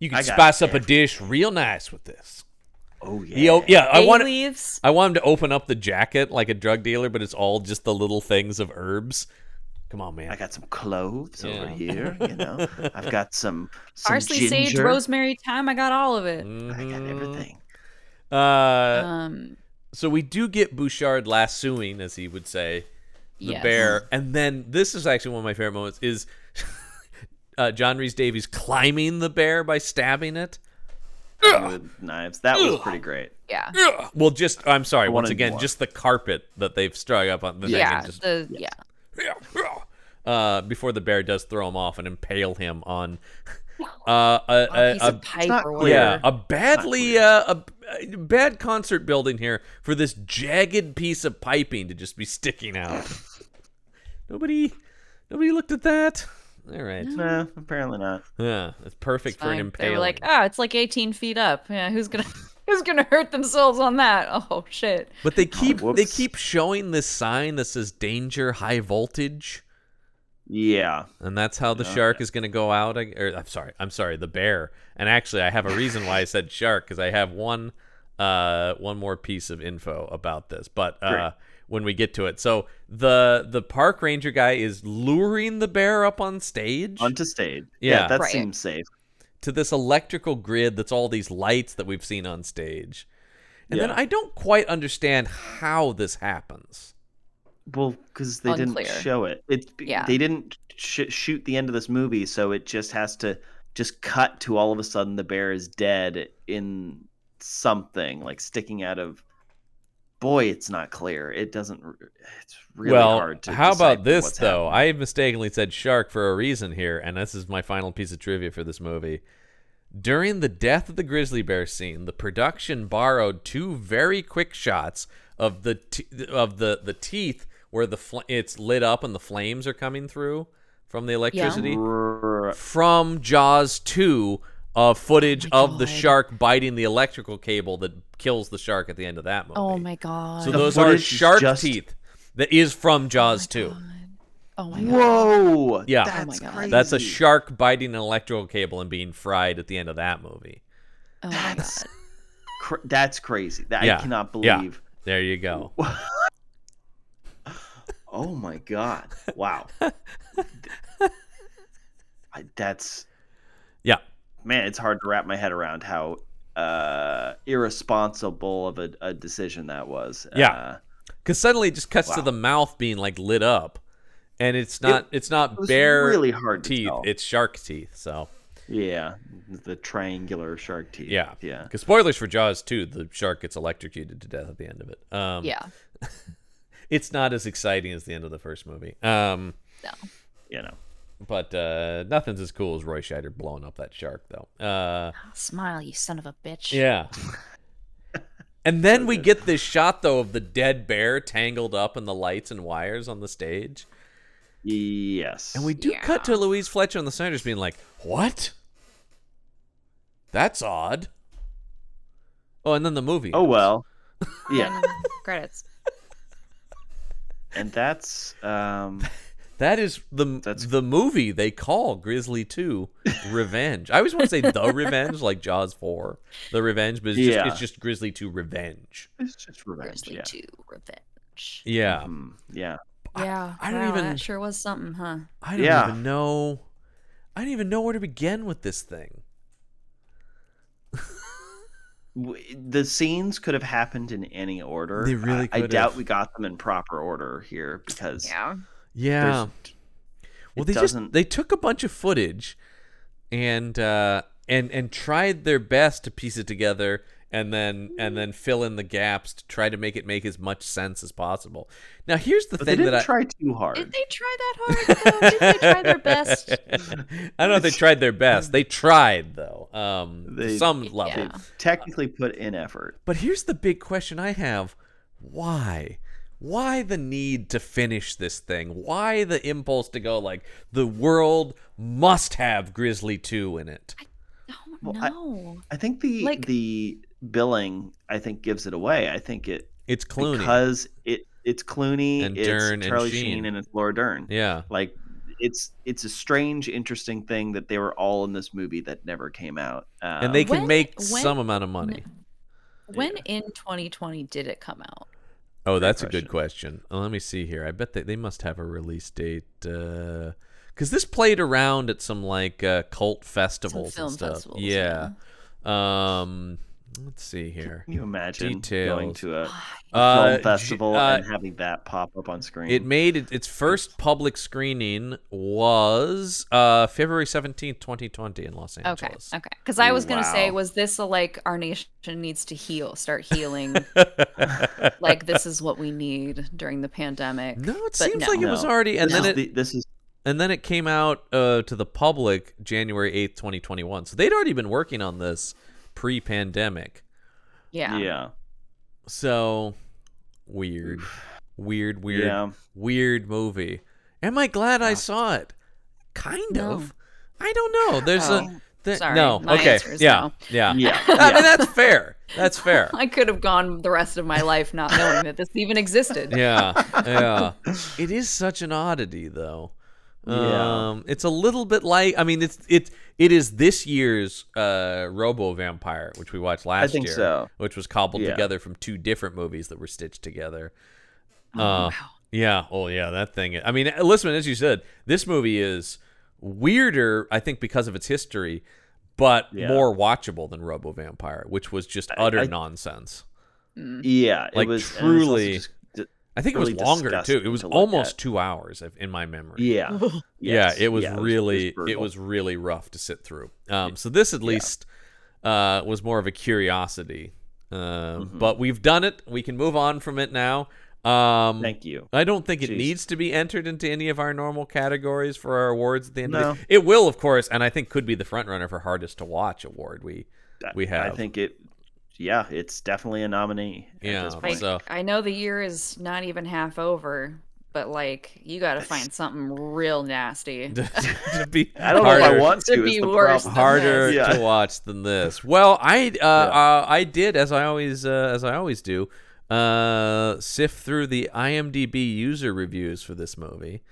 you can
I got
spice up a dish real nice with this.
oh yeah
Yeah, yeah. I
bay
want.
leaves.
I want him to open up the jacket like a drug dealer, but it's all just the little things of herbs. Come on, man.
I got some cloves over
Yeah.
here, you know. I've got some, some
Parsley,
ginger.
sage, rosemary, thyme. I got all of it.
I got
Mhm.
everything.
Uh,
Um,
so we do get Bouchard lassoing, as he would say, the
yes.
Mm-hmm.
bear, and then this is actually one of my favorite moments is uh, John Reese Davies climbing the bear by stabbing it.
with knives. That was pretty great.
Yeah.
Well, just I'm sorry.
I
Once
wanted
again,
more.
just the carpet that they've strung up on the thing
Yeah.
and just-
The, yeah.
uh, before the bear does throw him off and impale him on uh, a, a,
A piece
a-
of pipe
not
or
clear.
yeah
whatever.
a badly uh, a, a bad concert building here for this jagged piece of piping to just be sticking out. nobody, nobody looked at that. All right,
No, apparently not.
yeah, it's perfect for an
Fine. They were
impaling.
like, ah, it's like 18 feet up. Yeah, who's gonna who's gonna hurt themselves on that? Oh shit.
But they keep they
whoops.
keep showing this sign that says danger high voltage,
Yeah.
and that's how the shark is going to go out. I- Or I'm sorry, I'm sorry, the bear. And actually, I have a reason why I said shark because I have one uh one more piece of info about this, but uh.
Great.
When we get to it, so the the park ranger guy is luring the bear up on stage
Onto stage.
Yeah.
that
Right.
seems safe.
to this electrical grid that's all these lights that we've seen on stage, and then
Yeah.
I don't quite understand how this happens.
Well, because they didn't
Unclear.
show it. It
Yeah.
they didn't sh- shoot the end of this movie, so it just has to just cut to all of a sudden the bear is dead in something like sticking out of. Boy, it's not clear. It doesn't. r- It's really
well,
hard to.
how
decipher
about this
what's
though?
happening.
I mistakenly said shark for a reason here, and this is my final piece of trivia for this movie. During the death of the grizzly bear scene, the production borrowed two very quick shots of the te- of the the teeth where the fl- it's lit up and the flames are coming through from the electricity
R-
from Jaws 2 of footage
Oh my
of the
God.
shark biting the electrical cable that kills the shark at the end of that movie.
Oh my god.
So
The
those are
footage is
shark
just-
teeth. That is from Jaws 2.
oh my god.
Whoa!
Yeah. Oh
that's
my God.
crazy.
That's a shark biting an electrical cable and being fried at the end of that movie.
Oh my god.
Cr- that's crazy. That
Yeah,
I cannot
yeah.
believe.
There you go.
Oh my god! Wow. Th- I- that's
Yeah.
man. It's hard to wrap my head around how uh, irresponsible of a, a decision that was.
Yeah.
Uh,
Because suddenly it just cuts to
Wow.
the mouth being like lit up, and it's not it's not
it was
bare
really hard to
teeth.
tell.
It's shark teeth. So
yeah, the triangular shark teeth.
yeah,
yeah.
Because spoilers for Jaws too, the shark gets electrocuted to death at the end of it. Um,
Yeah.
it's not as exciting as the end of the first movie. Um,
No.
You know.
but uh, nothing's as cool as Roy Scheider blowing up that shark though. Uh,
Smile, you son of a bitch.
Yeah. And then we get this shot though of the dead bear tangled up in the lights and wires on the stage.
Yes.
And we do cut to Louise Fletcher and the Snyder's being like, "What? That's odd." Oh, and then the movie.
Oh well. Yeah.
And credits.
and that's um
that is the
That's-
the movie they call Grizzly Two: Revenge. I always want to say the Revenge, like Jaws Four, the Revenge, but it's just,
Yeah.
it's just Grizzly Two: Revenge.
it's just revenge.
Grizzly
Yeah.
Two Revenge.
Yeah,
Mm, yeah.
Yeah.
I don't
wow,
even-
That sure was something, huh?
I don't
Yeah.
even know. I don't even know where to begin with this thing.
W- The scenes could have happened in any order.
They really
I, I
could
doubt
have.
we got them in proper order here because
Yeah.
Yeah.
there's
Well,
it
they just
doesn't-
they took a bunch of footage and uh and and tried their best to piece it together and then and then fill in the gaps to try to make it make as much sense as possible. Now, here's the
but they
thing
didn't
that I
try too hard.
Did they try that hard? Though? Did they try their best?
I don't know if they tried their best. They tried though. Um to
They-
some level.
They technically put in effort.
But here's the big question I have why? Why the need to finish this thing? Why the impulse to go like the world must have Grizzly 2 in it?
Don't
Well, I-
know.
I think the
Like-
the billing I think gives it away. I think it
It's Clooney.
because it it's Clooney,
And
it's
Dern and
Charlie
Sheen.
Sheen, and it's Laura Dern.
yeah.
Like it's it's a strange, interesting thing that they were all in this movie that never came out. Um,
And they can
When-
make
when-
some amount of money.
when in 2020 did it come out?
oh, that's a good question. Uh, let me see here. I bet they, they must have a release date. Because this played around at some like uh, cult festivals
film
and stuff.
festivals,
yeah. Um, let's see here.
Can you imagine going
Details.
to a
Uh,
film
j-
festival
uh,
and having that pop up on screen?
It made it, its first public screening was uh, February seventeenth, twenty twenty, in Los
Okay.
Angeles.
Okay. Because I was gonna say,
Wow.
was this a, like our nation needs to heal, start healing? like this is what we need during the pandemic.
No, it
But
seems
no.
like it was
No.
already, and
this,
then
is
it
the, this is
and then it came out uh, to the public January eighth, twenty twenty one. So they'd already been working on this pre-pandemic.
Yeah.
yeah
So weird, weird, weird,
Yeah.
weird movie. Am I glad I saw it? Kind
No.
of. I don't know. There's a
Oh,
th-
sorry.
no.
My
okay.
answer is
yeah.
no.
Yeah.
yeah.
I mean
yeah.
that's fair. That's fair.
I could have gone the rest of my life not knowing that this even existed.
yeah yeah it is such an oddity though
Yeah.
um it's a little bit like i mean it's it's it is this year's uh robo vampire which we watched last
think
year
so.
which was cobbled
Yeah.
together from two different movies that were stitched together
Oh,
uh, yeah oh yeah that thing i mean listen as you said this movie is weirder i think because of its history but
Yeah.
more watchable than robo vampire which was just utter
I-
nonsense
yeah.
Like,
it was and it's also
truly-
just-
I think it
really
was longer too.
disgusting
It was
to look
almost
at.
two hours if, in my memory.
yeah. Yes.
yeah, it was
Yeah,
really, it was,
brutal.
really rough to sit through. Um, so this at least uh, was more of a curiosity. Um,
Mm-hmm.
But we've done it. We can move on from it now. Um,
Thank you.
I don't think it
Jeez.
needs to be entered into any of our normal categories for our awards at the end
No.
of the It will, of course, and I think could be the front runner for hardest to watch award. We we have.
I think it. Yeah, it's definitely a nominee. at
Yeah.
this point.
Like,
So-
I know the year is not even half over, but like you got to find something real nasty.
to be
I don't know if I
harder-
want to.
It'd
is
be
the
worse
problem.
than
harder
this.
Yeah.
to watch than this. Well, I uh, uh, I did as I always uh, as I always do uh, sift through the IMDb user reviews for this movie.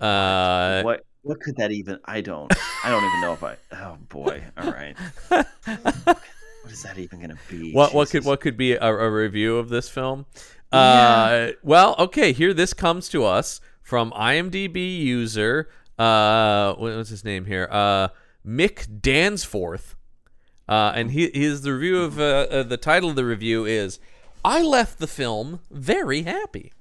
Uh,
what what could that even? I don't. I don't even know if I. Oh boy. All right. What is that even going to be?
What what could
Jesus.
what could be a, a review of this film? Uh, well, okay. Here, this comes to us from IMDb user. Uh, what- what's his name here? Uh, Mick Dansforth. Uh, and he his the review of uh, uh, the title of the review is, "I left the film very happy."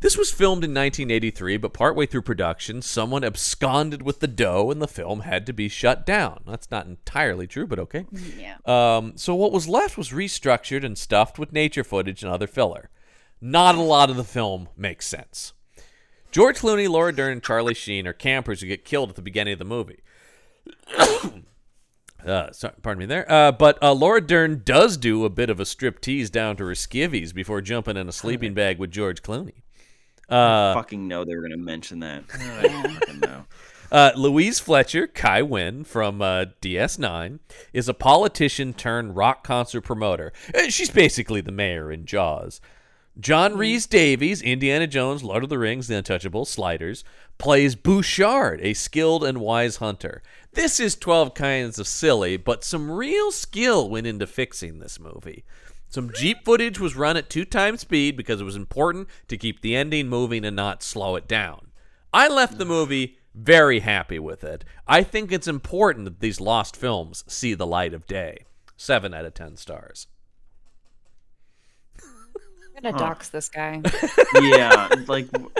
This was filmed in 1983, but partway through production, someone absconded with the dough and the film had to be shut down. That's not entirely true, but okay.
Yeah.
Um, so what was left was restructured and stuffed with nature footage and other filler. Not a lot of the film makes sense. George Clooney, Laura Dern, and Charlie Sheen are campers who get killed at the beginning of the movie. uh, sorry, pardon me there. Uh, but uh, Laura Dern does do a bit of a strip tease down to her skivvies before jumping in a sleeping bag with George Clooney.
I fucking know they were going to mention that. I fucking know.
Uh, Louise Fletcher, Kai Wynn from uh, DS9, is a politician turned rock concert promoter. Uh, She's basically the mayor in Jaws. John Reese Davies, Indiana Jones, Lord of the Rings, The Untouchables, Sliders, plays Bouchard, a skilled and wise hunter. This is 12 kinds of silly, but some real skill went into fixing this movie. Some Jeep footage was run at two times speed because it was important to keep the ending moving and not slow it down. I left the movie very happy with it. I think it's important that these lost films see the light of day. 7 out of 10 stars.
I'm gonna dox this guy.
yeah, like w-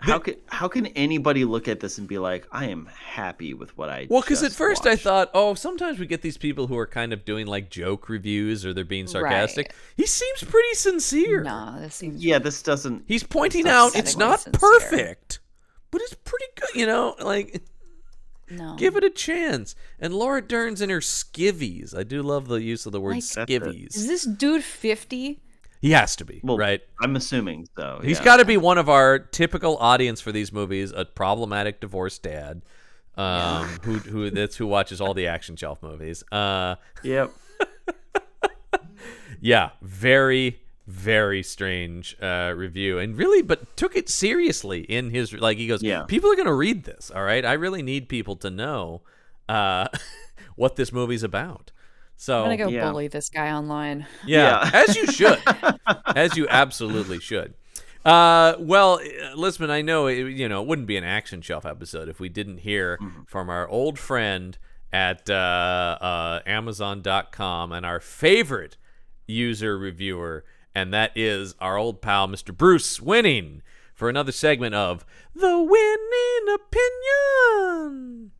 how can how can anybody look at this and be like, I am happy with what I?
Well, because at
just
first I
watched."
thought, oh, sometimes we get these people who are kind of doing like joke reviews or they're being sarcastic.
Right.
He seems pretty sincere.
Nah, this seems
yeah, this doesn't.
He's pointing
It's
out
not
it's
setting
not
sincere.
perfect, but it's pretty good. You know, like
no.
give it a chance. And Laura Dern's in her skivvies. I do love the use of the word
Like- That's
it.
skivvies.
Is this dude fifty?
He has to be
Well,
right.
I'm assuming so.
He's
yeah.
got to be one of our typical audience for these movies: a problematic divorced dad, um, who who that's who watches all the action shelf movies. Uh,
Yep.
yeah, very very strange uh, review, and really, but took it seriously in his like he goes,
Yeah.
people are gonna read this, all right. I really need people to know uh, what this movie's about. So
I'm gonna go
yeah.
bully this guy online.
yeah,
Yeah.
as you should, as you absolutely should. Uh, well, uh, Lisman, I know it, you know it wouldn't be an action shelf episode if we didn't hear from our old friend at uh, uh, Amazon.com and our favorite user reviewer, and that is our old pal Mr. Bruce Winning for another segment of the Winning Opinion.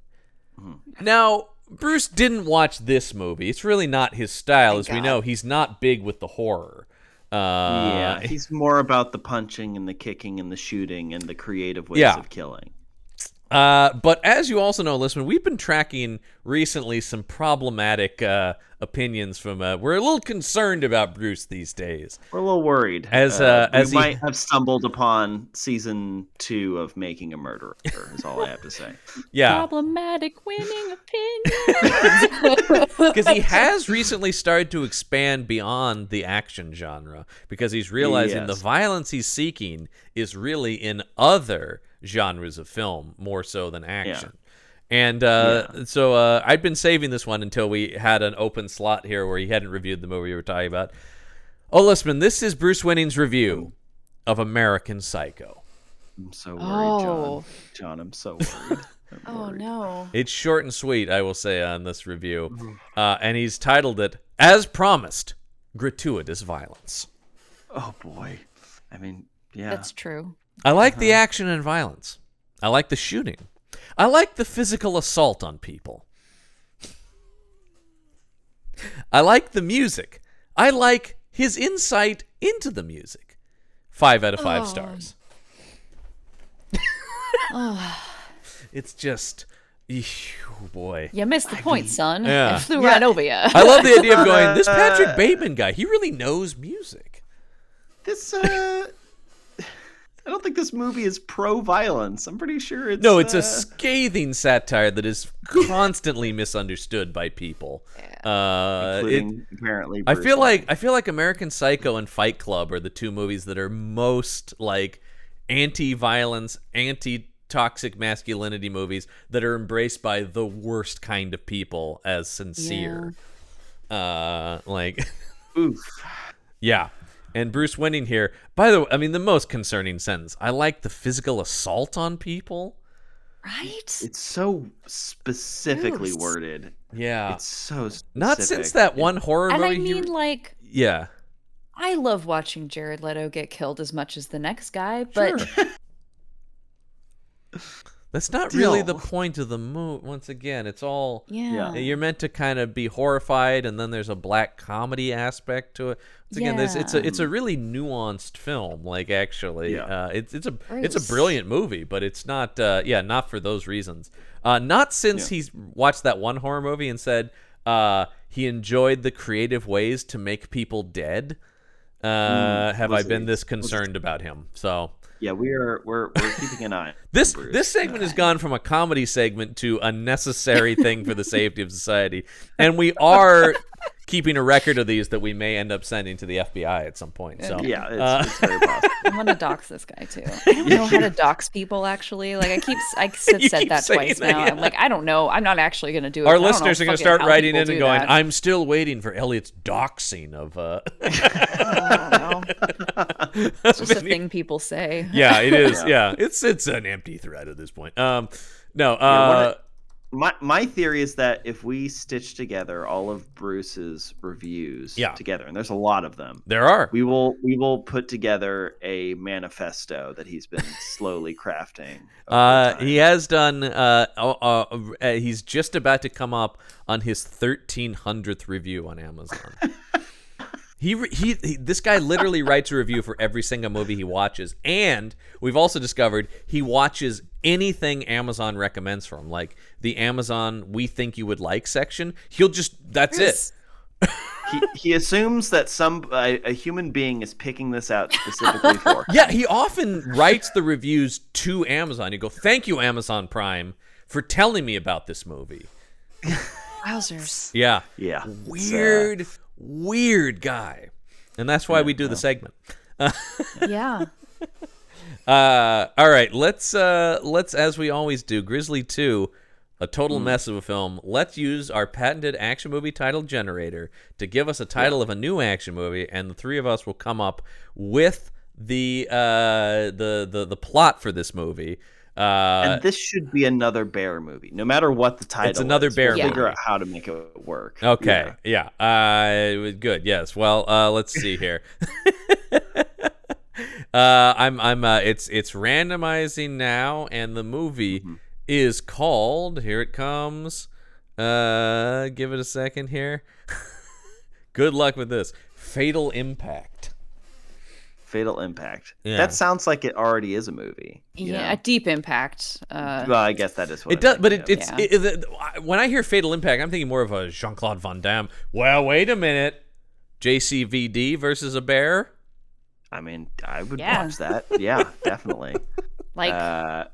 Now, Bruce didn't watch this movie. It's really not his style, as we
God.
know. He's not big with the horror. Uh,
yeah, he's more about the punching and the kicking and the shooting and the creative ways
Yeah.
of killing.
Uh, but as you also know, Lisman, we've been tracking recently some problematic uh, opinions from. Uh, we're a little concerned about Bruce these days.
We're a little worried
As, uh,
we
as he-
might have stumbled upon season two of Making a Murderer. Is all I have to say.
Yeah,
Problematic winning opinion.
because he has recently started to expand beyond the action genre because he's realizing the
Yes.
violence he's seeking is really in other genres of film more so than action. And uh, so uh, I'd been saving this one until we had an open slot here where he hadn't reviewed the movie we were talking about. Oh, listen, this is Bruce Winning's review of American Psycho.
I'm so worried,
Oh.
John. John, I'm so worried. I'm
oh
worried.
no.
It's short and sweet, I will say, on this review. Uh, and he's titled it, As Promised, Gratuitous Violence.
Oh boy. I mean, yeah.
That's true.
I like the action and violence. I like the shooting. I like the physical assault on people. I like the music. I like his insight into the music. Five out of five
Oh.
stars. It's just, oh boy.
You missed the point, son.
yeah.
I flew right over you.
I love the idea of going, this Patrick Bateman guy, he really knows music.
This uh I don't think this movie is pro violence. I'm pretty sure it's
No, it's a
uh,
scathing satire that is constantly misunderstood by people. Uh, it-
including, apparently
I
Bruce
feel
Lee.
like I feel like American Psycho and Fight Club are the two movies that are most like anti-violence, anti-toxic masculinity movies that are embraced by the worst kind of people as sincere. Uh, like,
Oof.
yeah. And Bruce Wending here. By the way, I mean the most concerning sentence. I like the physical assault on people.
right?
It's so specifically
Gross.
worded.
Yeah.
It's so specific.
Not since that one horror
And
movie.
I
he-
mean, like,
yeah.
I love watching Jared Leto get killed as much as the next guy, but
Sure. That's not really the
Still.
point of the movie. Once again, it's all
yeah.
you're meant to kind of be horrified, and then there's a black comedy aspect to it. Once again, there's, it's a it's a really nuanced film. Like actually,
Yeah.
uh, it's it's a it's a
Bruce.
brilliant movie, but it's not. Uh, yeah, not for those reasons. Uh, not since he's watched that one horror movie and said uh, he enjoyed the creative ways to make people dead. Uh, have I
Mm. was
been
it-
this concerned about him? So
Yeah, we are we're we're keeping an eye. on
this
Bruce.
this segment has gone from a comedy segment to a necessary thing for the safety of society, and we are keeping a record of these that we may end up sending to the FBI at some point. So
Yeah, it's,
Uh,
it's very possible.
I'm gonna dox this guy too. I don't know how to dox people. Actually, like I keep I have said
You keep
that
saying
twice
that,
now. I'm
yeah.
like I don't know. I'm not actually gonna do it.
our
I don't know
listeners are going to
fucking
start
how
writing
people
in and
do
going,
that.
"I'm still waiting for Elliot's doxing of." Uh,
I don't know. It's just a thing people say.
yeah, it is. Yeah, it's it's an empty threat at this point. Um, no. Uh,
My my theory is that if we stitch together all of Bruce's reviews
Yeah.
together, and there's a lot of them,
there are.
we will we will put together a manifesto that he's been slowly crafting. over
Uh,
time.
he has done. Uh, uh, uh, uh, he's just about to come up on his thirteen hundredth review on Amazon. he, re- he he this guy literally writes a review for every single movie he watches, and we've also discovered he watches anything Amazon recommends for him, like the Amazon "We Think You Would Like" section. He'll just that's it.
he, he assumes that some a, a human being is picking this out specifically for. him.
Yeah, he often writes the reviews to Amazon. You go, thank you, Amazon Prime, for telling me about this movie.
Wowzers.
Yeah,
Yeah, it's, uh,
weird, weird guy. And that's why we do the segment.
Yeah.
Uh, all right, let's uh, let's as we always do, Grizzly Two, a total mess of a film. Let's use our patented action movie title generator to give us a title of a new action movie, and the three of us will come up with the uh, the the the plot for this movie. Uh,
and this should be another bear movie. No matter what the title,
another
is, we'll
bear
Figure
movie.
out how to make it work.
okay, yeah, Uh, good. Yes. Well, uh, let's see here. Uh, I'm I'm uh, it's it's randomizing now, and the movie is called. Here it comes. Uh, give it a second here. Good luck with this. Fatal Impact.
Fatal Impact.
Yeah.
That sounds like it already is a movie. you
Yeah.
know?
A deep impact. Uh,
Well, I guess that is what
It does,
I'm
but it,
thinking
it's it, it, it- I- when I hear Fatal Impact, I'm thinking more of a Jean Claude Van Damme. Well, wait a minute. JCVD versus a bear.
of. I mean, I would
Yeah.
watch that. Yeah, definitely.
like,
Uh,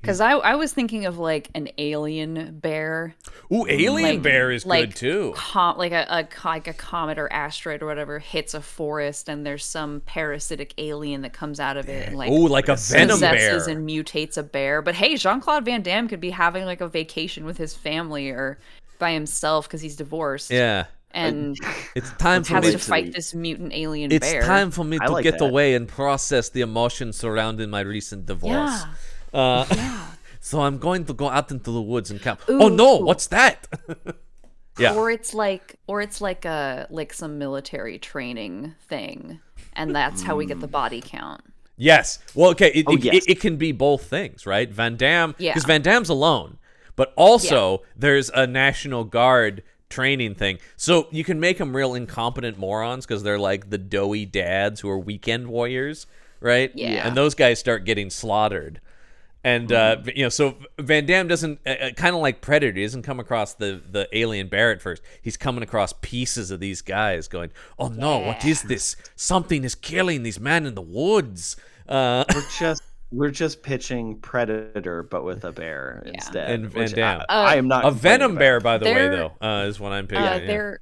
because I, I was thinking of like an alien bear,
Ooh, Alien
Like-
Bear is
like
good too.
com- like a, a co- like a comet or asteroid or whatever hits a forest, and there's some parasitic alien that comes out of it, and like
Ooh, Oh, like a Venom Bear.
possesses and mutates a bear. But hey, Jean Claude Van Damme could be having like a vacation with his family or by himself because he's divorced.
yeah,
And
it's time for
has
me
to
wait till
fight
we-
this mutant alien
It's
bear.
time for me
I
to
like
get
that.
away and process the emotions surrounding my recent divorce.
Yeah.
Uh, so I'm going to go out into the woods and camp. Oh no,
Ooh.
what's that? yeah.
Or it's like or it's like a like some military training thing. And that's how we get the
Mm.
body count.
Yes. Well, okay. It, it,
yes.
it, it can be both things, right? Van Damme, because
Oh, Yeah.
Van Damme's alone, but also there's a National Guard training thing. So you can make them real incompetent morons because they're like the doughy dads who are weekend warriors, right?
Yeah. Mm-hmm.
And those guys start getting slaughtered. And uh, v- you know, so Van Damme doesn't uh, uh, kind of like Predator. He doesn't come across the the alien bear at first. He's coming across pieces of these guys, going, "Oh no, what is this? Something is killing these men in the woods." Uh,
we're just we're just pitching Predator, but with a bear instead.
And Van
which I-
Damme.
Oh.
I, am not
a
complaining
venom
about.
bear, by the way,
There-
though, uh, is what I'm
Uh,
picking. yeah.
There,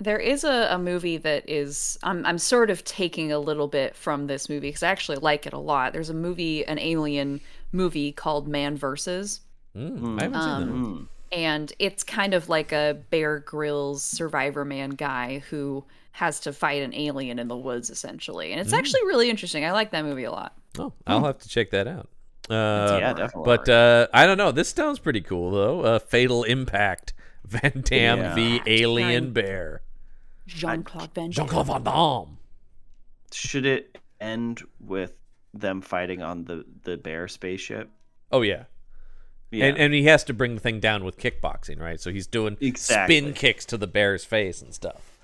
there is a, a movie that is I'm I'm sort of taking a little bit from this movie because I actually like it a lot. There's a movie, an alien movie called Man Versus.
Mm, I haven't seen that.
Mm.
and it's kind of like a Bear Grylls Survivor Man guy who has to fight an alien in the woods essentially,
Mm.
and it's actually really interesting. I like that movie a lot.
Oh, I'll have to check that out. Uh,
yeah, definitely.
But uh, I don't know. This sounds pretty cool though. Uh, Fatal Impact. Van Damme
Yeah.
v Alien
Fine.
Bear.
Jean Claude Van
Jean
Damme.
Claude Van Damme.
Should it end with them fighting on the the bear spaceship?
Oh yeah.
Yeah.
And and he has to bring the thing down with kickboxing, right? So he's doing
Exactly.
spin kicks to the bear's face and stuff.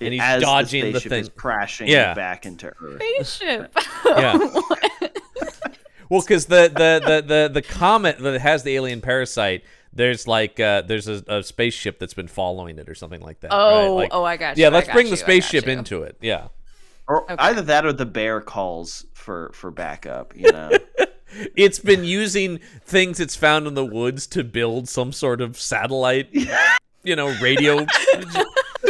and he's
As
dodging the
the, spaceship is
thing.
crashing
Yeah.
back into Earth.
Spaceship.
Yeah. well, because the, the, the, the, the comet that has the alien parasite, there's like uh, there's a, a spaceship that's been following it or something like that.
Oh,
right? Like-
oh, I got you.
Yeah,
I
let's
got
bring
you,
the
I got
spaceship
you.
into it. Yeah.
Or either that or the bear calls for for backup, you know.
It's been using things it's found in the woods to build some sort of satellite, you know, radio.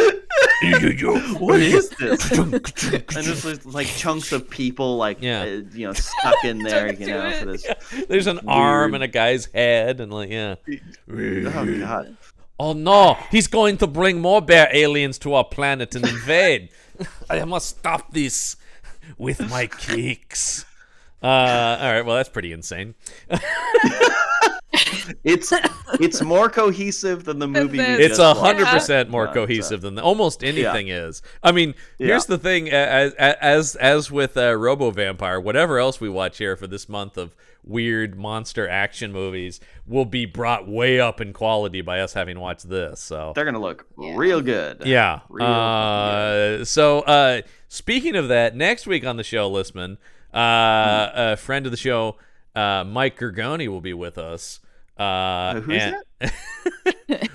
what is this? and just like- like chunks of people like
Yeah.
uh, you know stuck in there, you
to
know,
it.
for this.
There's an arm and a guy's head, and like, yeah.
Oh god.
Oh no, he's going to bring more bear aliens to our planet and invade. I must stop this with my kicks. Uh, all right, well, that's pretty insane.
It's it's more cohesive than the movie. we
It's
just
a
watched.
hundred percent more
Yeah, it's, uh,
cohesive than almost anything is. I mean, here's
Yeah.
the thing: a- as as as with uh, Robo Vampire, whatever else we watch here for this month of weird monster action movies will be brought way up in quality by us having watched this. So
They're gonna look real good.
Yeah.
Real
uh, so uh, speaking of that, next week on the show, Listman, uh,
Hmm.
a friend of the show, uh, Mike Gergoni, will be with us. Uh,
who's
and-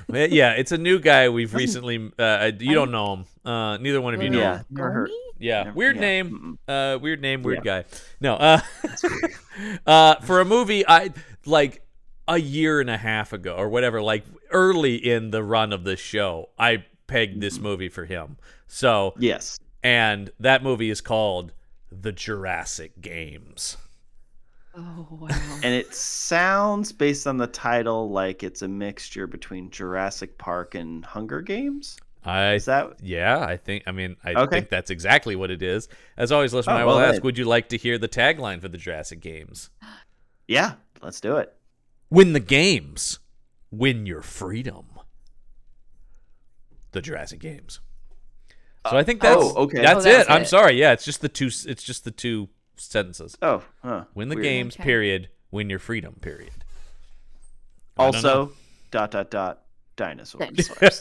Well, yeah, it's a new guy we've recently. Uh, you don't know him. Uh, neither one of you know. him.
Yeah. Never heard.
Yeah,
Never-
weird
yeah,
name. Uh, weird name. Weird guy. No. Uh, uh, for a movie, I like a year and a half ago or whatever. Like early in the run of this show, I pegged this movie for him. So,
Yes.
and that movie is called The Jurassic Games.
Oh wow.
And it sounds based on the title like it's a mixture between Jurassic Park and Hunger Games.
I
Is that
yeah, I think. I mean, I
Okay.
think that's exactly what it is. As always, listen.
Oh,
I will
well,
ask:
then.
Would you like to hear the tagline for the Jurassic Games?
Yeah, let's do it.
Win the games. Win your freedom. The Jurassic Games. So I think
Uh,
that's
oh, okay.
That's,
Oh, that's
it. I'm
it.
sorry. Yeah, it's just the two. s- It's just the two sentences.
Oh, huh.
Win the
Weird.
games.
Okay.
Period. Win your freedom. Period. don't
Also, dot dot dot dinosaurs.
Dinosaurs.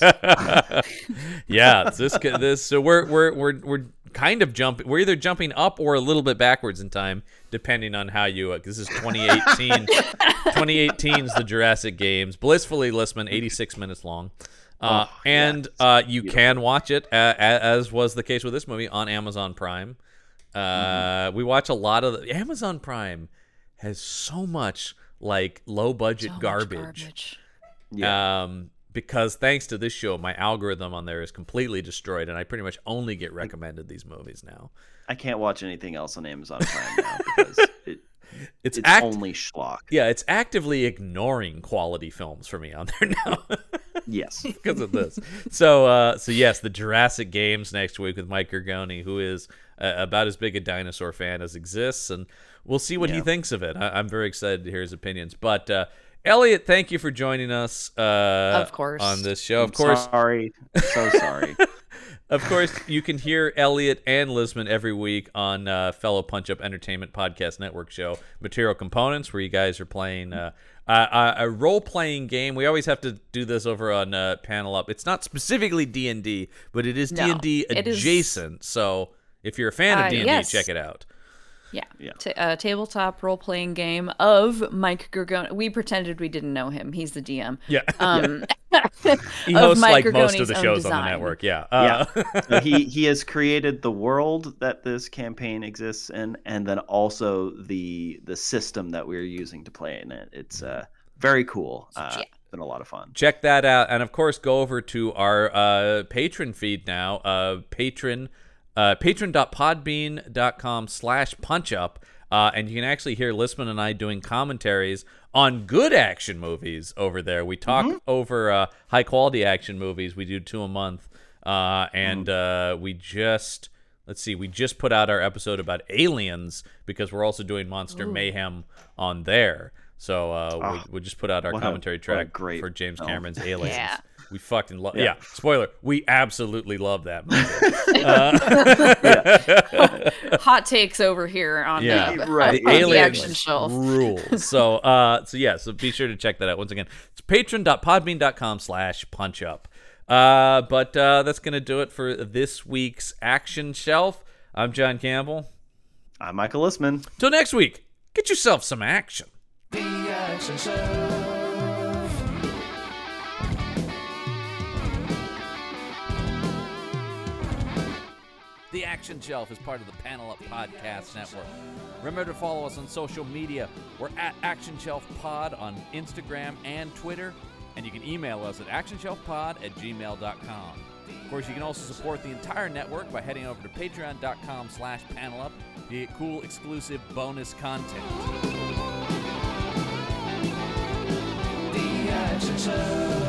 yeah, it's this ca- this. So we're we're we're we're kind of jumping. We're either jumping up or a little bit backwards in time, depending on how you. Uh, this is 2018. 2018's the Jurassic Games. Blissfully Listman, 86 minutes long. Uh,
Oh, yeah,
and uh, you can watch it, uh, a- as was the case with this movie, on Amazon Prime. Uh,
Mm-hmm.
We watch a lot of the, Amazon Prime has so much like low budget
So much
garbage.
Yeah.
Um, because thanks to this show, my algorithm on there is completely destroyed, and I pretty much only
Mm.
get recommended these movies now.
I can't watch anything else on Amazon Prime now because it,
It's,
it's
act-
only schlock.
yeah, it's actively ignoring quality films for me on there now
Yes.
because of this. So, uh, so yes, the Jurassic Games next week with Mike Gergoni, who is uh, about as big a dinosaur fan as exists, and we'll see what he
Yeah.
thinks of it. I- I'm very excited to hear his opinions, but. Uh, Elliot, thank you for joining us. Uh,
Of course.
on this show, of
I'm
course.
Sorry. So sorry.
Of course, you can hear Elliot and Lisman every week on uh, fellow Punch Up Entertainment Podcast Network show, Material Components, where you guys are playing uh, a- a, a role playing game. We always have to do this over on uh, Panel Up. It's not specifically D and D, but it is D
No,
and D
it is-
adjacent. So if you're a fan
Uh,
of D and D,
yes.
check it out.
Yeah.
Yeah.
T- uh, tabletop role playing game of Mike Gergoni. We pretended we didn't know him. He's the DM.
Yeah,
Um,
he
of
hosts
Mike
like most of
Gergoni's
the
own
shows on the
design.
network. Yeah, uh,
So he he has created the world that this campaign exists in, and then also the the system that we're using to play in it. It's uh very cool. Uh,
Yeah.
Been a lot of fun.
check that out and of course go over to our uh, patron feed now uh, patron uh, patron.podbean.com slash punch up Uh, and you can actually hear Lisman and I doing commentaries on good action movies over there. We talk
Mm-hmm.
over uh, high quality action movies. We do two a month. Uh, and
Mm-hmm.
uh, we just, let's see, we just put out our episode about aliens because we're also doing Monster Mayhem on there. So uh, we, we just put out our
Ah, what a-
commentary
what a
track
great
for James
film.
Cameron's Aliens.
Oh. Yeah.
We fucking love. Yeah.
Yeah.
Spoiler: We absolutely love that movie.
Hot takes over here on
Yeah.
the,
Right.
on the
Alien
action shelf.
rule. So, uh, so yeah, so be sure to check that out once again. It's patron.podbean.com slash punch up. Uh, but uh, that's gonna do it for this week's action shelf. I'm John Campbell.
I'm Michael Lisman.
Till next week, get yourself some action.
The Action Show.
The Action Shelf is part of the Panel Up Podcast Network. Remember to follow us on social media. We're at Action Shelf Pod on Instagram and Twitter. And you can email us at actionshelfpod at gmail.com. Of course, you can also support the entire network by heading over to patreon.com slash panel up to get cool, exclusive, bonus content.
The Action Show.